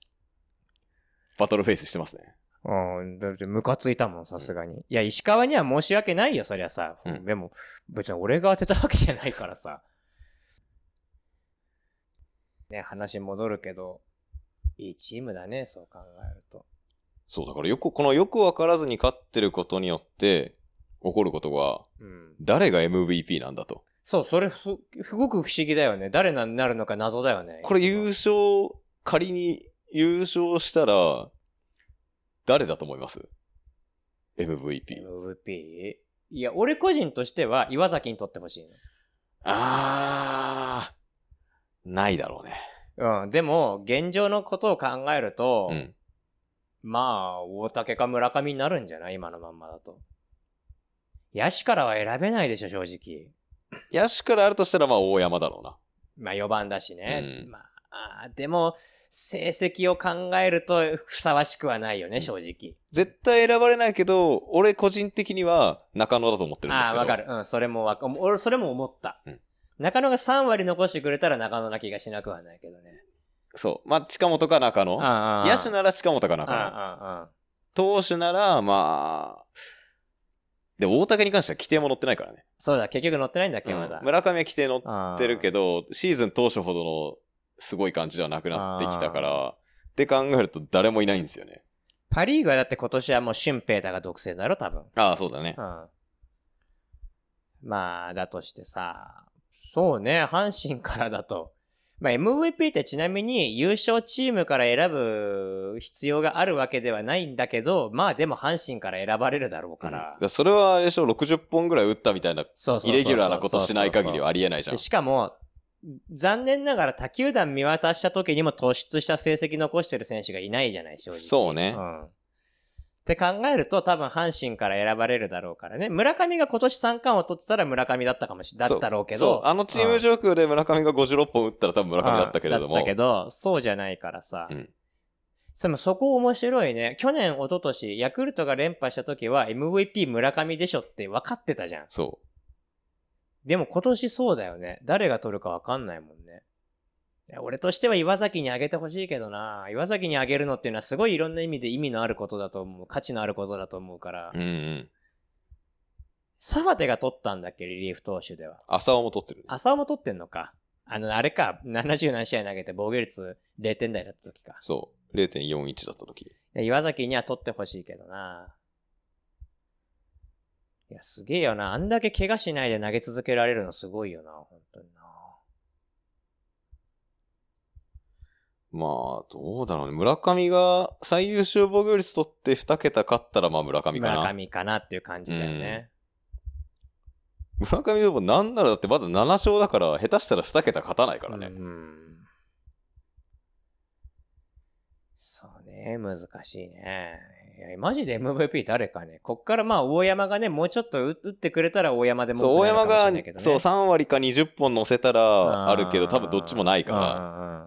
B: バトルフェイスしてますね。
A: うん、だってムカついたもん、さすがに。いや、石川には申し訳ないよ、そりゃさ。
B: うん
A: でも、別に俺が当てたわけじゃないからさ。ね、話戻るけど、いいチームだね、そう考えると。
B: そう、だからよく、このよくわからずに勝ってることによって、起こることが、
A: うん。
B: 誰が MVP なんだと。
A: そう、それふ、すごく不思議だよね。誰になるのか謎だよね。
B: これ優勝、仮に優勝したら、誰だと思います ?MVP。
A: MVP? いや、俺個人としては、岩崎にとってほしい
B: あー、ないだろうね。
A: の。うん、でも、現状のことを考えると、
B: うん。
A: まあ、大竹か村上になるんじゃない今のまんまだと。野手からは選べないでしょ、正直。
B: 野手からあるとしたら、まあ、大山だろうな。
A: まあ、4番だしね。
B: うん
A: まあ、でも、成績を考えると、ふさわしくはないよね、正直。
B: 絶対選ばれないけど、俺個人的には中野だと思ってるんです
A: ああ、
B: けど。
A: わかる。うん、それもわか、俺、それも思った。
B: うん
A: 中野が3割残してくれたら中野な気がしなくはないけどね。
B: そう。まあ、近本か中野。
A: あ
B: 野手なら近本か中
A: あ
B: 野。
A: あ、ああ。
B: 投手なら、まあ、で、大竹に関しては規定も載ってないからね。
A: そうだ、結局乗ってないんだっけ、まだ
B: うん。村上は規定載っ
A: 乗
B: てるけ
A: ど。
B: ど、シーズン当初ほどのすごい感じではなくなってきたから、って考えると誰もいないんですよね。
A: パリーグはだって今年はもう俊平太が独占だろ、多分。
B: ああ、そうだね。
A: うん。まあ、だとしてさ、そうね、阪神からだと。まあ、MVP ってちなみに優勝チームから選ぶ必要があるわけではないんだけど、まあでも阪神から選ばれるだろうか
B: うんだ
A: ら
B: か。らそれはあれでしょ、60本ぐらい打ったみたいな、
A: そうそうそうそう
B: イレギュラーなことしない限りは
A: あ
B: ありえないじゃん。
A: しかも、残念ながら他球団見渡した時にも突出した成績残してる選手がいないじゃない、正直。
B: そうね。
A: うんって考えると多分阪神から選ばれるだろうからね。村上が今年三冠を取ってたら村上だったかもし、だったろうけ
B: そう
A: ど。
B: あのチーム状況で村上が56本打ったら多分村上だったけれど
A: うん
B: も
A: だっ。たけど、そうじゃないからさ。
B: うん
A: でもそこ面白いね。去年、一昨年ヤクルトが連覇した時は MVP 村上でしょって分かってたじゃん。
B: そ
A: でも今年そうだよね。誰が取るか分かんないもんね。いや俺としては岩崎にあげてほしいけどな。岩崎にあげるのっていうのはすごいいろんな意味で意味のあることだと思う。価値のあることだと思うから。
B: うんうん。
A: 沢手が取ったんだっけ、リリーフ投手では。
B: 浅尾も取ってる。
A: 浅尾も取ってんのか。あの、あれか、70何試合投げて防御率0点台だった時か。
B: そう。0.41だった時。
A: いや岩崎には取ってほしいけどな。いや、すげえよな。あんだけ怪我しないで投げ続けられるのすごいよな、本当にな。
B: まあ、どうだろうね。村上が最優秀防御率取って2桁勝ったら、まあ村上かな。
A: 村上かなっていう感じだよね。
B: 村上でもなんならだってまだ7勝だから、下手したら2桁勝たないからね。
A: うん。そうね、難しいね。いや、マジで MVP 誰かね。こっからまあ、大山がね、もうちょっと打打ってくれたら大山でも
B: そう、大
A: 良くなる
B: 山
A: かもし
B: が、
A: れないけどね
B: そう、3割か20本乗せた
A: うん
B: らあるけど、多分どっちもないから。
A: うんうんうん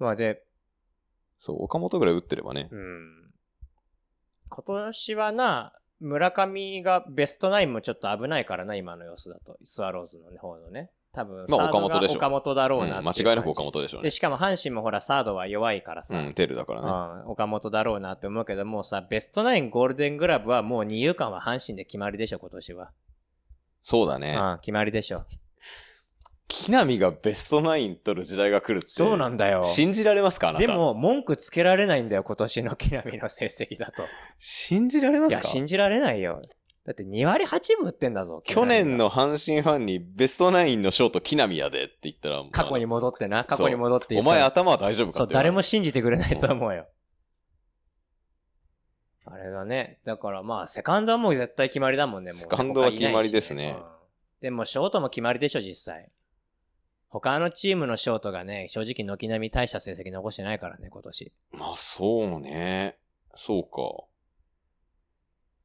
A: まあで、
B: そう、岡本ぐらい打ってればね。
A: うん。今年はな、村上がベストナインもちょっと危ないからな、今の様子だと。スワローズの方のね。多分、サ
B: まあ
A: ードが
B: 岡本でしょ
A: 岡本だろう
B: うん
A: な
B: 間
A: っていう感じ、
B: 違いなく岡本でしょう
A: で、
B: ね。
A: しかも阪神もほら、サードは弱いから
B: う
A: さ、
B: ん、テルだからね。
A: うん岡本だろうなって思うけど、もうさ、ベストナインゴールデングラブはもう二遊間は阪神で決まりでしょ、今年は。
B: そうだね。
A: うん、決まりでしょ。
B: 木浪がベストナイン取る時代が来るって。
A: そうなんだよ。
B: 信じられますかあなた。
A: で、も、文句つけられないんだよ、今年の木浪の成績だと。
B: 信じられま
A: い
B: す
A: や、
B: か
A: 信じられないよ。だって2割8分打ってんだぞ、木浪
B: 去
A: が
B: 年。の阪神ファンにベストナインのショート木浪やでって言ったら、
A: 過去に戻ってな、過去に戻って
B: お前
A: あ
B: 頭は大丈夫か
A: そう、
B: って言わ
A: 誰
B: れる
A: も信じてくれないと思うよ。あれだね。だからまあ、セカンドはもう絶対決まりだもんね、もうね。
B: セカンドは
A: 他いないし
B: 決まりですね
A: うんでも、ショートも決まりでしょ、実際。他のチームのショートがね、正直軒並み大した成績残してないからね、今年。
B: まあそうね。そうか。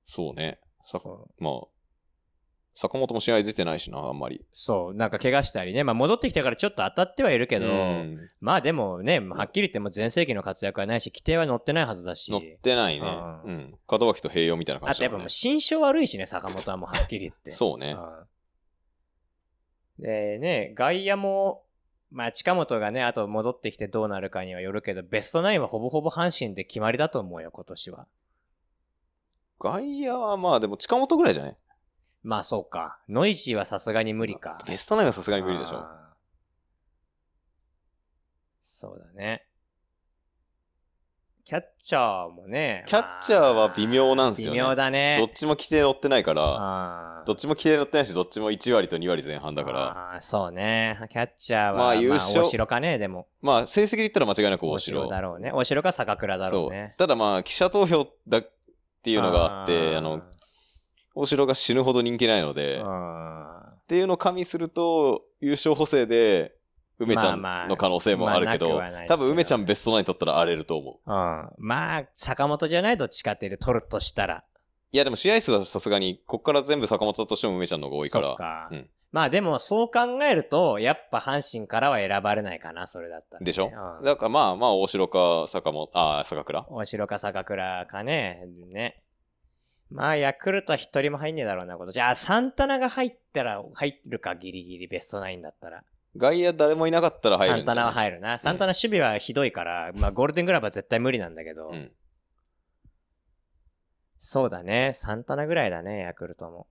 B: そうね。さ
A: そう
B: まあ、坂本も試合出てないしな、あんまり。
A: そう、なんか怪我したりね、まあ戻ってきたからちょっと当たってはいるけど、
B: うん
A: まあでもね、まあはっきり言っても全盛期の活躍はないし、規定は乗ってないはずだし。
B: 乗ってないね。
A: う
B: うんん。門脇と併用みたいな感
A: あ
B: じ
A: とや
B: だ
A: っぱ
B: もん
A: も
B: ね
A: う。心象悪いしね、坂本はもうはっきり言 って。
B: そうね。
A: うんでね、外野も、まあ近本がね、あと戻ってきてどうなるかにはよるけど、ベストナインはほぼほぼ阪神で決まりだと思うよ、今年は。
B: 外野はまあでも近本ぐらいじゃね
A: まあそうか。ノイジーはさすがに無理か。
B: ベストナインはさすがに無理でしょ。
A: あーそうだね。キャッチャーもね。
B: キャッチャーは微妙なんすよね
A: まあ微妙だね。
B: どっちも規定乗ってないから、
A: あー
B: どっちも規定乗ってないし、どっちも1割と2割前半だから、
A: あー。そうね。キャッチャーは、ま
B: ま
A: あ、
B: あ優勝
A: 大城かね、でも。
B: まあ成績で言ったら間違いなく大
A: 大
B: 城
A: 城。だろうね。大城か坂倉だろう
B: そう
A: ね。。
B: ただまあ記者投票だっていうのがあって、あの、大城が死ぬほど人気ないので、っていうのを加味すると、優勝補正で、梅ちゃん
A: まあまあ
B: の可能性もあるけど、
A: まあなくはないですけど
B: 多分梅ちゃんベストナイン取ったら荒れると思う。
A: うん、うんまあ、坂本じゃないどっちかっていうと取るとしたら。
B: いや、でも試合数はさすがに、こっから全部坂本だとしても梅ちゃんの方が多いか
A: そ
B: ら
A: っ。か
B: うん
A: まあでも、そう考えると、やっぱ阪神からは選ばれないかな、それだったらね、
B: でしょ、
A: うん
B: だからまあまあ、大城か坂本、ああ、坂倉
A: 大城か坂倉かね。ね。まあ、ヤクルトは一人も入んねえだろうな、こと。じゃあ、サンタナが入ったら、入るか、ギリギリ、ベストナインだったら。
B: 外野誰もいなかったら入
A: サ
B: る
A: ン
B: んじ
A: タ
B: ゃない
A: ナは入るな。サンタナ守備はひどいから、まあゴールデングラブは絶対無理なんだけど、
B: うん。
A: そうだね。サンタナぐらいだね、ヤクルトも。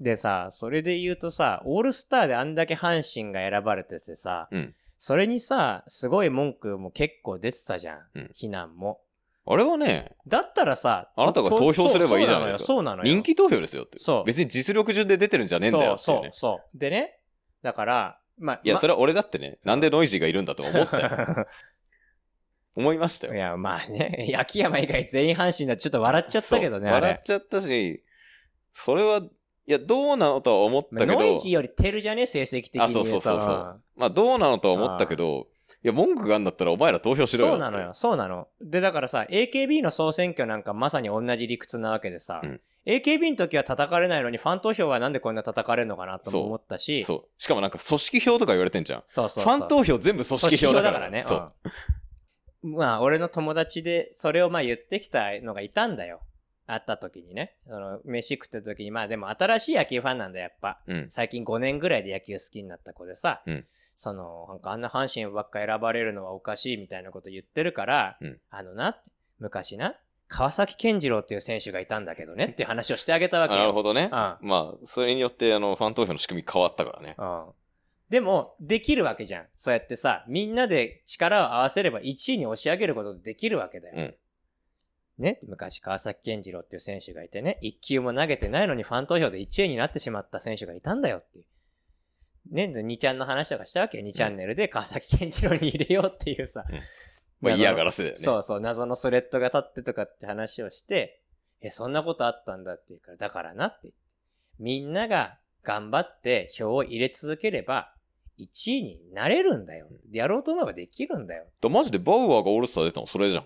A: でさ、それで言うとさ、オールスターであんだけ阪神が選ばれててさ、
B: うん
A: それにさ、すごい文句も結構出てたじゃん。
B: うん
A: 非難も。
B: あれはね、
A: だったらさ、
B: あなたが
A: と
B: 投票すればいいじゃないですか
A: そうそうなのよ。そうなのよ
B: 人気投票ですよって。
A: そう
B: 別に実力順で出てるんじゃねえんだよってい
A: そうう
B: ね。
A: そうそう。でね、だから、まあ、
B: いや、
A: ま
B: それは俺だってね、なんでノイジーがいるんだと思ったよ。思いました よ
A: い。や、まあね、秋山以外全員阪神だちょっと笑っちゃったけどね、
B: そう
A: あれ
B: 笑っちゃったし、それは、いや、どうなのとは思った
A: まあ
B: けど、
A: ノイジーよりテルじゃね成績的に言
B: あそうそうそうそう
A: うん
B: まあ、どうなのとは思ったけど、いや、文句があんだったらお前ら投票しろよ。
A: そうなのよ、。そうなの。で、だからさ、AKB の総選挙なんかまさに同じ理屈なわけでさ、
B: うん
A: AKB の時は叩かれないのに、ファン投票はなんでこんな叩かれるのかなとも思ったし、そう
B: そう。しかもなんか組織票とか言われてんじゃん。
A: そうそう
B: ファン投票全部組織票だから
A: 組織票
B: そ
A: だ
B: う
A: か。らね。うんまあ、俺の友達でそれをまあ言ってきたのがいたんだよ。会った時にね、その、飯食った時に、まあでも新しい野球ファンなんだ、やっぱ。
B: うん。
A: 最近5年ぐらいで野球好きになった子でさ、
B: うん
A: そのなんかあんな阪神ばっか選ばれるのはおかしいみたいなこと言ってるから、
B: うん
A: あのな昔な川崎健次郎っていう選手がいたんだけどねっていう話をしてあげたわ
B: あ
A: け
B: なるほ
A: よ。
B: どね。
A: あ
B: まあ、それによって、あの、ファン投票の仕組み変わったからね。
A: うんでもできるわけじゃんそうやってさみんなで力を合わせれば1位に押し上げることできるわけだよ。
B: うん
A: ね、昔川崎健次郎っていう選手がいてね1球も投げてないのにファン投票で1位になってしまった選手がいたんだよっていう。ね、で2ちゃんの話とかしたわけよ2チャンネルで川崎健次郎に入れようっていうさ、
B: まあ、
A: 謎の
B: 嫌がらせだよね。
A: そうそう謎のスレッドが立ってとかって話をしてえそんなことあったんだっていうからだからなってみんなが頑張って票を入れ続ければ1位になれるんだよやろうと思えばできるんだよ
B: だマジでバウアーがオールスター出たのそれじゃん。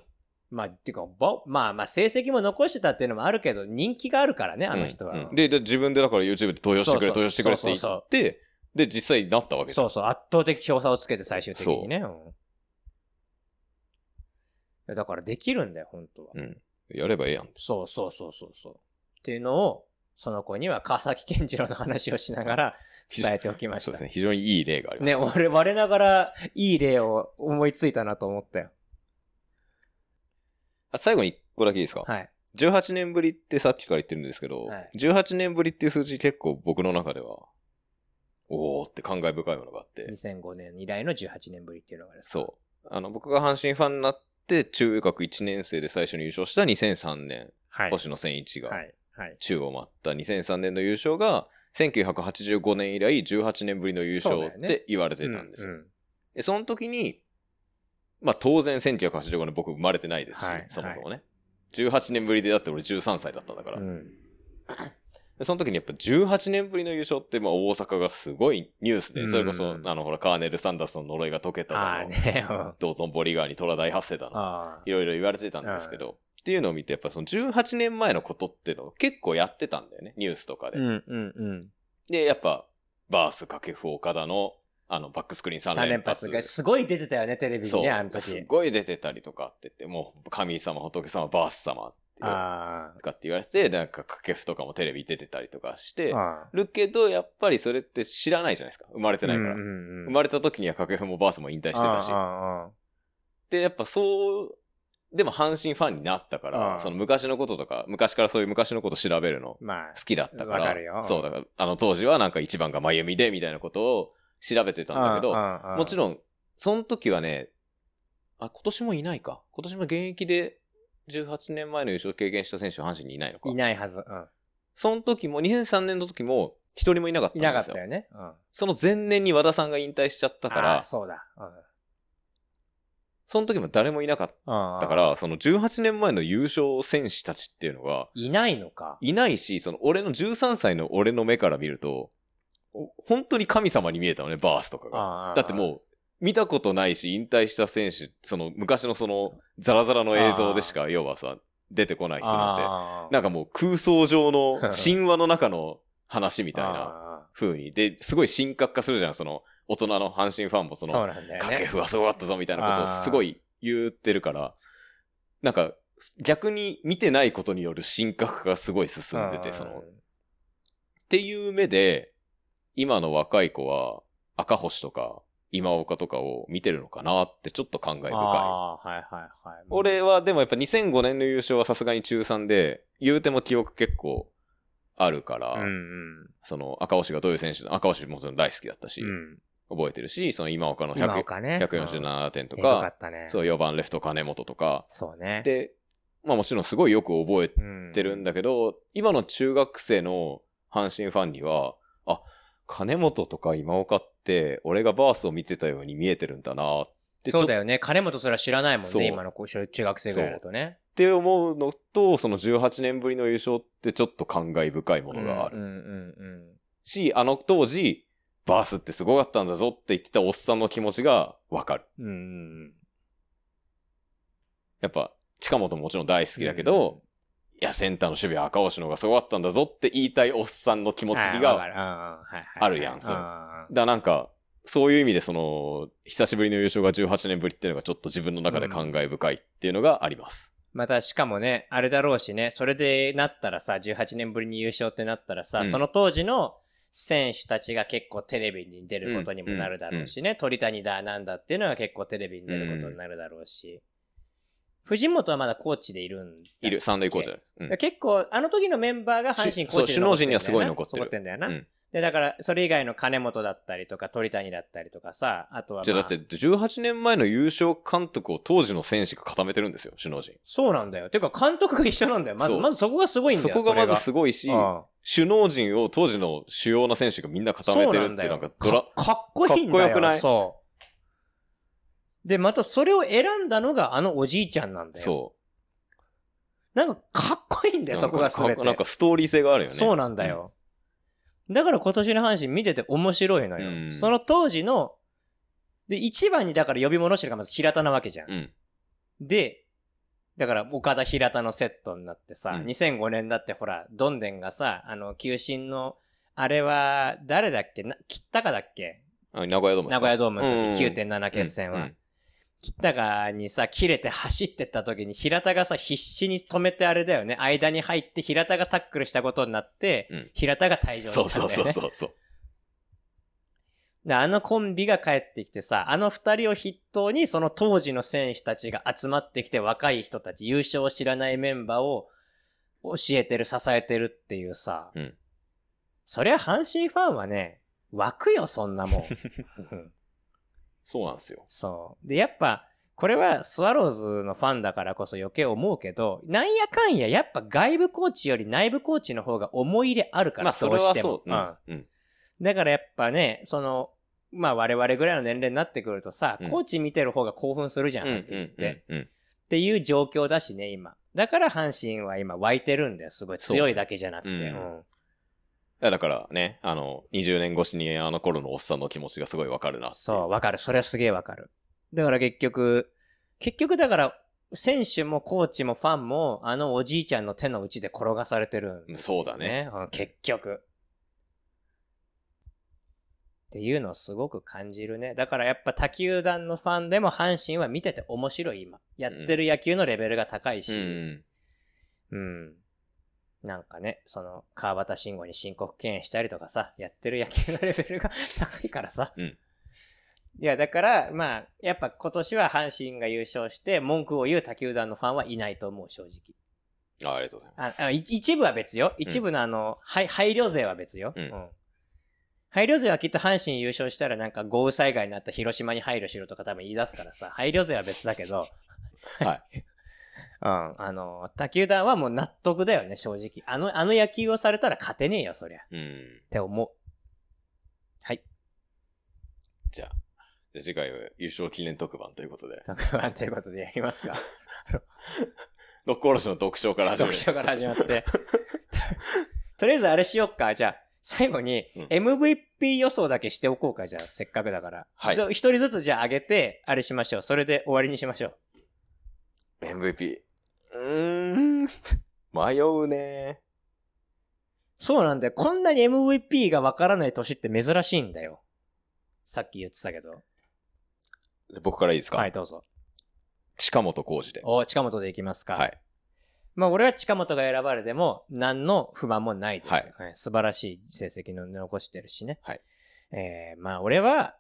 A: まあ、ていうか、ばまあまあ、成績も残してたっていうのもあるけど、人気があるからね、あの人は。
B: うんうんでで、自分でだから YouTube で投票してく
A: そうそ
B: れ、
A: う
B: 投票してくれって言って、
A: そうそう
B: で、実際になったわけじゃ
A: そ
B: ん。
A: うそう、圧倒的票差をつけて最終的にね。うんいやだからできるんだよ、本当は。
B: うん。やればええやん。
A: そうそうそうそうそう。っていうのを、その子には川崎健次郎の話をしながら伝えておきま
B: そ
A: し
B: うで
A: た。
B: すね。
A: ね
B: 非常にいい例があります。
A: 俺、我ながらいい例を思いついたなと思ったよ。
B: あ最後に1個だけいいですか、
A: はい。
B: ?18 年ぶりってさっきから言ってるんですけど、
A: はい
B: 18年ぶりっていう数字結構僕の中では、おーって感慨深いものがあって、
A: 2005年以来の18年ぶりっていうのがですか
B: そう。あの、僕が阪神ファンになって、中学1年生で最初に優勝した2003年、
A: はい。
B: 星野千一が
A: はい。はい。
B: 宙を舞った2003年の優勝が1985年以来18年ぶりの優
A: そう
B: 勝
A: だよ
B: っ
A: ね
B: て言われてたんですよ。
A: うんうん
B: でその時に、まあ当然1985年僕生まれてないですし、
A: はい
B: そもそもね。18年ぶりでだって俺13歳だったんだから。
A: うん
B: でその時にやっぱ18年ぶりの優勝って、まあ大阪がすごいニュースで、
A: うん
B: それこそ、あのほらカーネル・サンダースの呪いが解けた
A: ああ
B: だ
A: ー
B: の、
A: ね。 うん
B: 道頓堀川に虎大発生だの、
A: ああ
B: い。ろいろ言われてたんですけど、っていうのを見て、やっぱその18年前のことっていうのを結構やってたんだよね、ニュースとかで。
A: うんうんうん。
B: で、やっぱ、バース掛布岡田の、あの、バックスクリーン
A: 3
B: 3
A: 連
B: 連
A: 発
B: 発。
A: がすごい出てたよね、テレビに
B: そ
A: ね、あの
B: う。す
A: 時。
B: ごい出てたりとかって言って、もう、神様、仏様、バース様っていう
A: あ
B: とかって言われて、なんか掛布とかもテレビ出てたりとかして
A: あ。ああ。
B: るけど、やっぱりそれって知らないじゃないですか。生まれてないから。
A: うんうんうん
B: 生まれた時には掛布もバースも引退してたし
A: あ。あああ
B: で、やっぱそう、でも阪神ファンになったか
A: あ
B: ら、
A: あ
B: その昔のこととか、昔からそういう昔のこと調べるの
A: まあ
B: 好、きだったから。
A: わかるよ
B: そう、だから、あの当時はなんか一番が真由美で、みたいなことを調べてたんだけど、もち
A: ん。
B: ろん、その時はね、あ、今年もいないか。今年も現役で18年前の優勝を経験した選手は阪神にいないのか。
A: いないはず。うん
B: その時も、2003年の時も、一人もいなかったん
A: い
B: ですよ。
A: なかったよね。うん
B: その前年に和田さんが引退しちゃったか
A: ああ
B: ら、
A: そうだ。うん
B: その時も誰もいなかっ
A: うん
B: たから、その18年前の優勝選手たちっていうのが、
A: いないのか。
B: いないし、その俺の13歳の俺の目から見ると、お本当に神様に見えたのね、バースとかが。
A: ああ
B: だってもう、見たことないし、引退した選手、その昔のその、ザラザラの映像でしか、要はさ、出てこない人なんて、
A: ああ
B: なんかもう空想 上の神話の中の話みたいな
A: ああ
B: 風に、で、すごい神格化するじゃん、その、大人の阪神ファンもその、
A: そうなんだよ
B: 掛
A: ね。
B: 布はすごかったぞみたいなことをすごい言ってるから、なんか逆に見てないことによる神格化がすごい進んでて、その、っ
A: うん
B: ていう目で、今の若い子は赤星とか今岡とかを見てるのかなってちょっと感慨深い。
A: ああ、はいはいはい。
B: 俺はでもやっぱ2005年の優勝はさすがに中3で、言うても記憶結構あるから、
A: うんうん
B: その赤星がどういう選手だ、赤星もちろん大好きだったし、
A: うん。
B: 覚えてるし、その今岡の
A: 今
B: 100
A: 岡ね。うん
B: 147点と
A: えぐか
B: か、
A: ったね。
B: そう、4番レフト金本とか。
A: そうね。
B: で、まあもちろんすごいよく覚え
A: うん、
B: てるんだけど、今の中学生の阪神ファンには、あ、金本とか今岡って、俺がバースを見てたように見えてるんだなって、
A: そう
B: ち
A: だ
B: ょっ
A: よね。金本すら知らないもん
B: そう
A: ね、今の子小中学生ぐらいだとね。
B: て思うのと、その18年ぶりの優勝ってちょっと感慨深いものがある
A: うんうんうんうん
B: し、あの当時、バースってすごかったんだぞって言ってたおっさんの気持ちがわかる。
A: うんうんうん。
B: やっぱ、近本ももちろん大好きだけ
A: うん
B: ど、いや、センターの守備は赤星の方がすごかったんだぞって言いたいおっさんの気持ち
A: はいわか
B: が、
A: るうんうんはいはい
B: あるやんそれ
A: あ
B: だなんか、そういう意味でその、久しぶりの優勝が18年ぶりっていうのがちょっと自分の中で感慨深いっていうのがあります。
A: また、しかもね、あれだろうしね、それでなったらさ、18年ぶりに優勝ってなったらさ、
B: うん
A: その当時の選手たちが結構テレビに出ることにもなるだろうしね、鳥谷だ、なんだっていうのが結構テレビに出ることになるだろうし、藤本はまだコーチでいるんだっけ
B: いる、三塁コーチだ。うん
A: 結構、あの時のメンバーが阪神コーチで残ってんだよな
B: そう首脳陣にはすごい残ってる
A: 残ってんだよな。
B: うん
A: で、だから、それ以外の金本だったりとか、鳥谷だったりとかさ、あとは、まあ、
B: じゃあだって、18年前の優勝監督を当時の選手が固めてるんですよ、首脳陣。
A: そうなんだよ。てか、監督が一緒なんだよ。まず、
B: そう
A: まずそこがすごいんだ
B: そ
A: よ。
B: こがまず
A: ご
B: すごいし、
A: うん
B: 首脳陣を当時の主要な選手がみんな固め
A: そう
B: て
A: な
B: る
A: ん
B: っ
A: だ
B: て、な
A: よ。
B: んかドラ
A: か、かっこいいんだよ。
B: かっこよくない
A: そう。で、またそれを選んだのがあのおじいちゃんなんだよ。
B: そ
A: なんかかっこいいん
B: う。
A: だよ、
B: な
A: そ
B: んか
A: こがすべて。
B: かなんかストーリー性があるよね。
A: そうなんだよ。だから今年の阪神見てて面白いのよ。
B: うん
A: その当時の、で、一番にだから呼び戻してるのがまず平田なわけじゃん。
B: うん。うん。
A: で、だから岡田平田のセットになってさ、
B: うん
A: 2005年だってほら、どんでんがさ、あの、球審の、あれは、誰だっけな、切ったかだっけ
B: あ名古屋ドームです
A: 名
B: か
A: 古屋ドームの時
B: うん
A: 9.7決戦は。
B: うんうん
A: 北川にさ、切れて走ってった時に平田がさ、必死に止めてあれだよね。間に入って平田がタックルしたことになって、
B: うん
A: 平田が退場したんだよ
B: そう
A: ね。
B: そうそうそ うそう。
A: で、あのコンビが帰ってきてさ、あの二人を筆頭にその当時の選手たちが集まってきて若い人たち、優勝を知らないメンバーを教えてる、支えてるっていうさ。
B: うん
A: そりゃ阪神ファンはね、湧くよ、そんなも ん。うん
B: そうなんですよ。
A: そう。で、やっぱ、これはスワローズのファンだからこそ余計思うけど、なんやかんや、やっぱ外部コーチより内部コーチの方が思い入れあるから、
B: まあ、それ
A: ど
B: は
A: しても
B: そう。うん。うん。
A: だからやっぱね、その、まあ我々ぐらいの年齢になってくるとさ、
B: うん
A: コーチ見てる方が興奮するじゃん、
B: うん
A: はっきり言って、っ
B: うんうん
A: ていう状況だしね、今。だから阪神は今湧いてるんだよ、すごい。強いだけじゃなくて。
B: そううんいやだからね、あの、20年越しにあの頃のおっさんの気持ちがすごいわかるな。
A: そう、わかる。それはすげえわかる。だから結局、結局だから、選手もコーチもファンも、あのおじいちゃんの手の内で転がされてるんですよ
B: そうだね。
A: うん結局。っていうのをすごく感じるね。だからやっぱ他球団のファンでも阪神は見てて面白い今。やってる野球のレベルが高いし、
B: うん。
A: うん。なんかね、その、川端慎吾に申告敬遠したりとかさ、やってる野球のレベルが 高いからさ。
B: うん
A: いや、だから、まあ、やっぱ今年は阪神が優勝して、文句を言う他球団のファンはいないと思う、正直。
B: あありがとうございます。
A: ああい一部は別よ。一部のあの、はい配慮税は別よ。
B: うん
A: 配慮税はきっと阪神優勝したらなんか豪雨災害になった広島に配慮しろとか多分言い出すから さ、配慮税は別だけど。。
B: はい
A: うん。あの、他球団はもう納得だよね、正直。あの、あの野球をされたら勝てねえよ、そりゃ。っ
B: うん。
A: て思う。 はい。
B: じゃあ、じゃあ次回は優勝記念特番ということで、
A: 特番ということでやりますか。
B: ノックおろしの読書から始め
A: 読書
B: る。
A: から始まって。 とりあえずあれしよっか。じゃあ、最後に
B: うん
A: MVP 予想だけしておこうか。じゃあ、せっかくだから。
B: はい
A: ど一人ずつじゃあ上げて、あれしましょう。それで終わりにしましょう。
B: MVP。うーん。迷うね。
A: そうなんだよ。こんなに MVP がわからない年って珍しいんだよ。さっき言ってたけど。
B: 僕からいいですか
A: はい、どうぞ。
B: 近本浩二で。
A: お、近本でいきますか。
B: はい。
A: まあ、俺は近本が選ばれても、何の不満もないです、はい素晴らしい成績の残してるしね。
B: はい。
A: えー、まあ、俺は、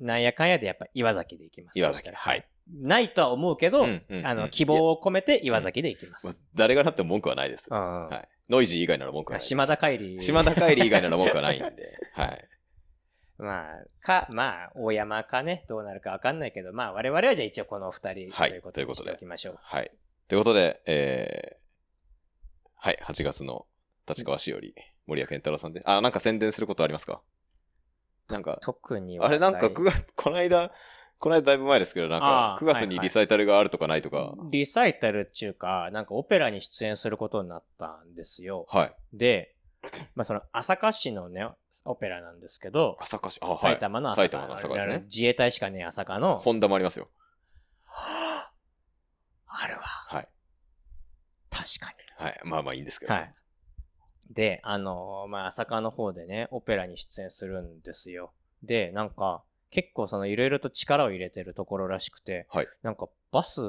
A: なんやかんやでやっぱ岩崎でいきます。
B: 岩崎。はい。
A: ないとは思うけど、
B: うんうんうん
A: あの、希望を込めて岩崎でいきま
B: まあ
A: す。
B: 誰がなっても文句はないです。
A: うんうん
B: はい。ノイジー以外なら文句はないです。
A: 島田海里。
B: 島田海里以外なら文句はないんで。はい。
A: まあ、か、まあ、大山かね、どうなるかわかんないけど、まあ、我々はじゃあ一応このお二人
B: はい
A: ということ
B: と
A: に
B: いうこ
A: し
B: と
A: て
B: で
A: おきましょう。
B: はい。ということで、えー、はい、8月の立川しおり、森谷健太郎さんで、あ、なんか宣伝することありますかなんか、
A: 特には
B: あれなんか9月、この間、この間だいぶ前ですけど、なんか
A: あー
B: 9月
A: はい
B: に
A: はい
B: リサイタルがあるとかないとか、
A: リサイタルっちゅうか、なんかオペラに出演することになったんですよ。
B: はい。
A: で、まあ、その朝霞市のね、オペラなんですけど、
B: 朝霞市、あ、はい。
A: 埼玉の朝
B: 埼
A: 霞
B: 玉の朝霞です
A: あの
B: ね。
A: 自衛隊しかねえ朝霞の、
B: ホンダもありますよ。
A: あるわ。
B: はい。
A: 確か
B: はい。まあまあいいんですけ
A: に。
B: ど。
A: はい。で、あのーまあ、朝霞の方でね、オペラに出演するんですよ。で、なんか、結構そのいろいろと力を入れてるところらしくて、
B: はい
A: なんかバス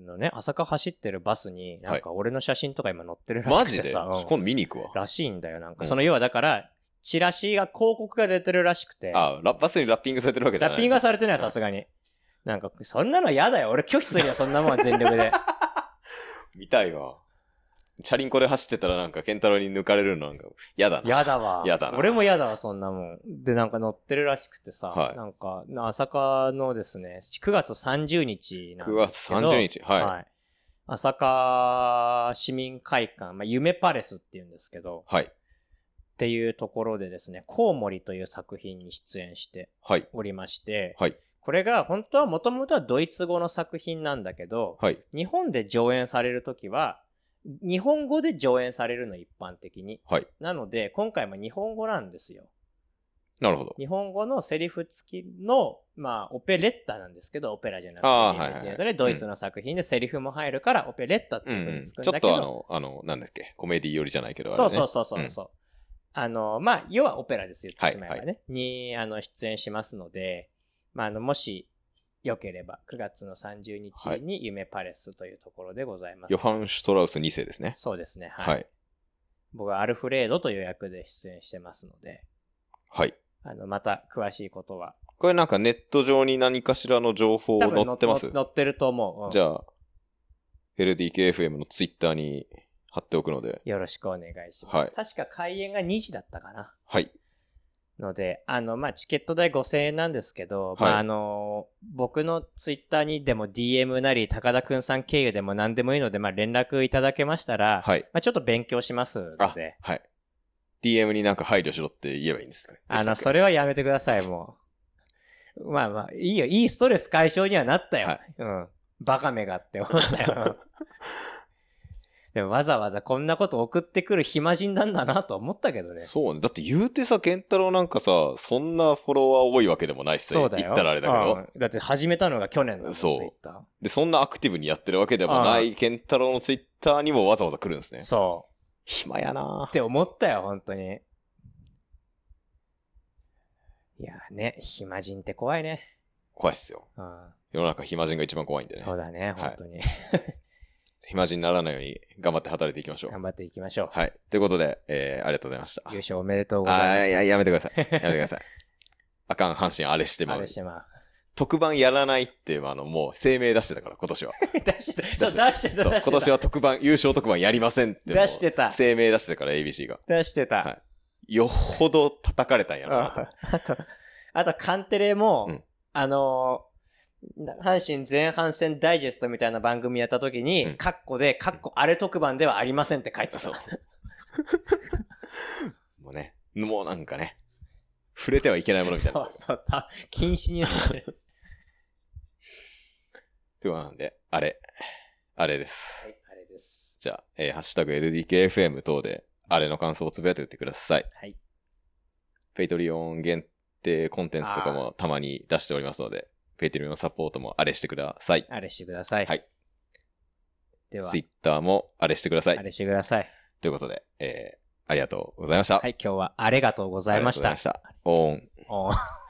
A: のね、朝霞走ってるバスに、なんか俺の写真とか今載ってるら
B: マ
A: し
B: ジ
A: くて
B: で
A: さ、うん
B: 今度見に行くわ。
A: らしいんだよ。なん
B: う
A: か
B: ん
A: その要はだから、チラシが広告が出てるらしくて、
B: あ、ラバスにラッピングされてるわけじゃ
A: ラ
B: ない。
A: ッピングはされてないさすがに。なんか、そんなの嫌だよ。俺拒否するよ、そんなもんは全力 で。
B: 見たいわ。チャリンコで走ってたらなんか、ケンタロウに抜かれるのなんか、嫌だな。
A: やだわ。
B: やだな
A: 俺もやだわ、そんなもん。で、なんか乗ってるらしくてさ、
B: はい
A: なんか、朝霞のですね、9月30日なん
B: 9
A: で
B: 月
A: すけど。
B: 30日。はい。はい。
A: はい。朝霞市民会館、まあ、夢パレスっていうんですけど、
B: はい。
A: っていうところでですね、コウモリという作品に出演して
B: はい。
A: おりまして、
B: はい
A: これが本当はもともとはドイツ語の作品なんだけど、
B: はい。
A: 日本で上演されるときは、日本語で上演されるの一般的に。
B: はい
A: なので、今回も日本語なんですよ。
B: なるほど。
A: 日本語のセリフ付きの、まあ、オペレッタなんですけど、オペラじゃなくて、
B: あー
A: リムジン
B: はいはい
A: でドイツの作品でセリフも入るから、オペレッタって
B: う。
A: いうふうんにつ
B: ち
A: く
B: ょ
A: ん
B: っ
A: だけど、
B: とあの、あの、なんだっけ、コメディ寄りじゃないけど、
A: そう
B: あれ
A: そ
B: ね
A: うそうそうそう。あの、まあ、要はオペラですよ、言
B: は
A: っ
B: い
A: てしまえばね。に、あの、出演しますので、まあ、あの、もし、よければ、9月の30日に夢パレスというところでございます。
B: ヨハン・シュトラウス2世ですね。
A: そうですね、はい。
B: はい。
A: 僕はアルフレードという役で出演してますので、
B: はい。
A: あの、また詳しいことは。
B: これなんかネット上に何かしらの情報載
A: の
B: ってます
A: の載ってると思う。うん
B: じゃあ、LDKFM のツイッターに貼っておくので、
A: よろしくお願いします。
B: はい
A: 確か開演が2時だったかな。
B: はい。
A: ので、あの、まあ、チケット代5000円なんですけど、
B: はい
A: まあ、あの、僕のツイッターにでも DM なり、高田くんさん経由でも何でもいいので、まあ、連絡いただけましたら、
B: はい。
A: まあ、ちょっと勉強しますの
B: あ
A: で、、
B: はい。DM になんか配慮しろって言えばいいんですか
A: あの、そ
B: れ。
A: れはやめてください、もう。まあまあ、いいよ、いいストレス解消にはなったよ。
B: はい
A: うん。バカめがって思ったよ。 でもわざわざこんなこと送ってくる暇人なんだなと思ったけどね。
B: そうね。だって言うてさ、ケンタロウなんかさ、そんなフォロワー多いわけでもないしさ、
A: そうだよ。
B: 言ったらあれだけど、
A: うんだって始めたのが去年のツイ
B: そう
A: ッタ
B: で、そんなアクティブにやってるわけでもな
A: あ
B: いケンタロウのツイッターにもわざわざ来るんです
A: ー。
B: ね。
A: そう。
B: 暇やな
A: っ
B: ぁ
A: て思ったよ、本当に。いやーね、暇人って怖いね。
B: 怖いっすよ。
A: うん、
B: 世の中暇人が一番怖いんでね
A: そ。うだね、
B: はい
A: 本当に。
B: 暇人にならないように頑張って働いていきましょ
A: 頑
B: う。
A: 張っていきましょう。
B: はい。ということで、えー、ありがとうございました。
A: 優勝おめでとうござ
B: あ
A: いま
B: ー
A: し
B: い
A: た。
B: や、やめてください。やめてください。あかん、阪神あれしてま
A: あ
B: う
A: れ。してまう。
B: 特番やらないって、あの、もう声明出してたから、今年は。
A: 出してた、そう、出してた、
B: そう
A: 出
B: 今
A: して
B: 年
A: た。
B: は特番、優勝特番やりませんって。
A: 出してた
B: もう声明出してたから、ABC が。
A: 出してた。
B: はいよっぽど叩かれたんやろなと。
A: ああと、あと、カンテレも、
B: うん
A: あのーな阪神前半戦ダイジェストみたいな番組やった時に、
B: うん
A: カッコで、カッコあれ特番ではありませんって書いてた。
B: そう。 もうね、もうなんかね、触れてはいけないものみたい
A: そ
B: な
A: う。そうた禁止になってる。
B: ということなんで、あれ、あれです。
A: あれです。
B: じゃあ、えーハッシュタグ LDKFM 等で、あれの感想をつぶやいておいてください。
A: はい。
B: ペイトリオン限定コンテンツとかもたまに出しておりますので、ペイトリオンサポートもあれしてください。
A: あれしてください。
B: はい。
A: では
B: ツイ、ッターもあれしてくださ
A: あ
B: い。
A: れしてください。
B: ということで、えー、ありがとうございました。
A: はい、今日はありがとうございました。
B: ありがとうございました。オー
A: お
B: ン。
A: ー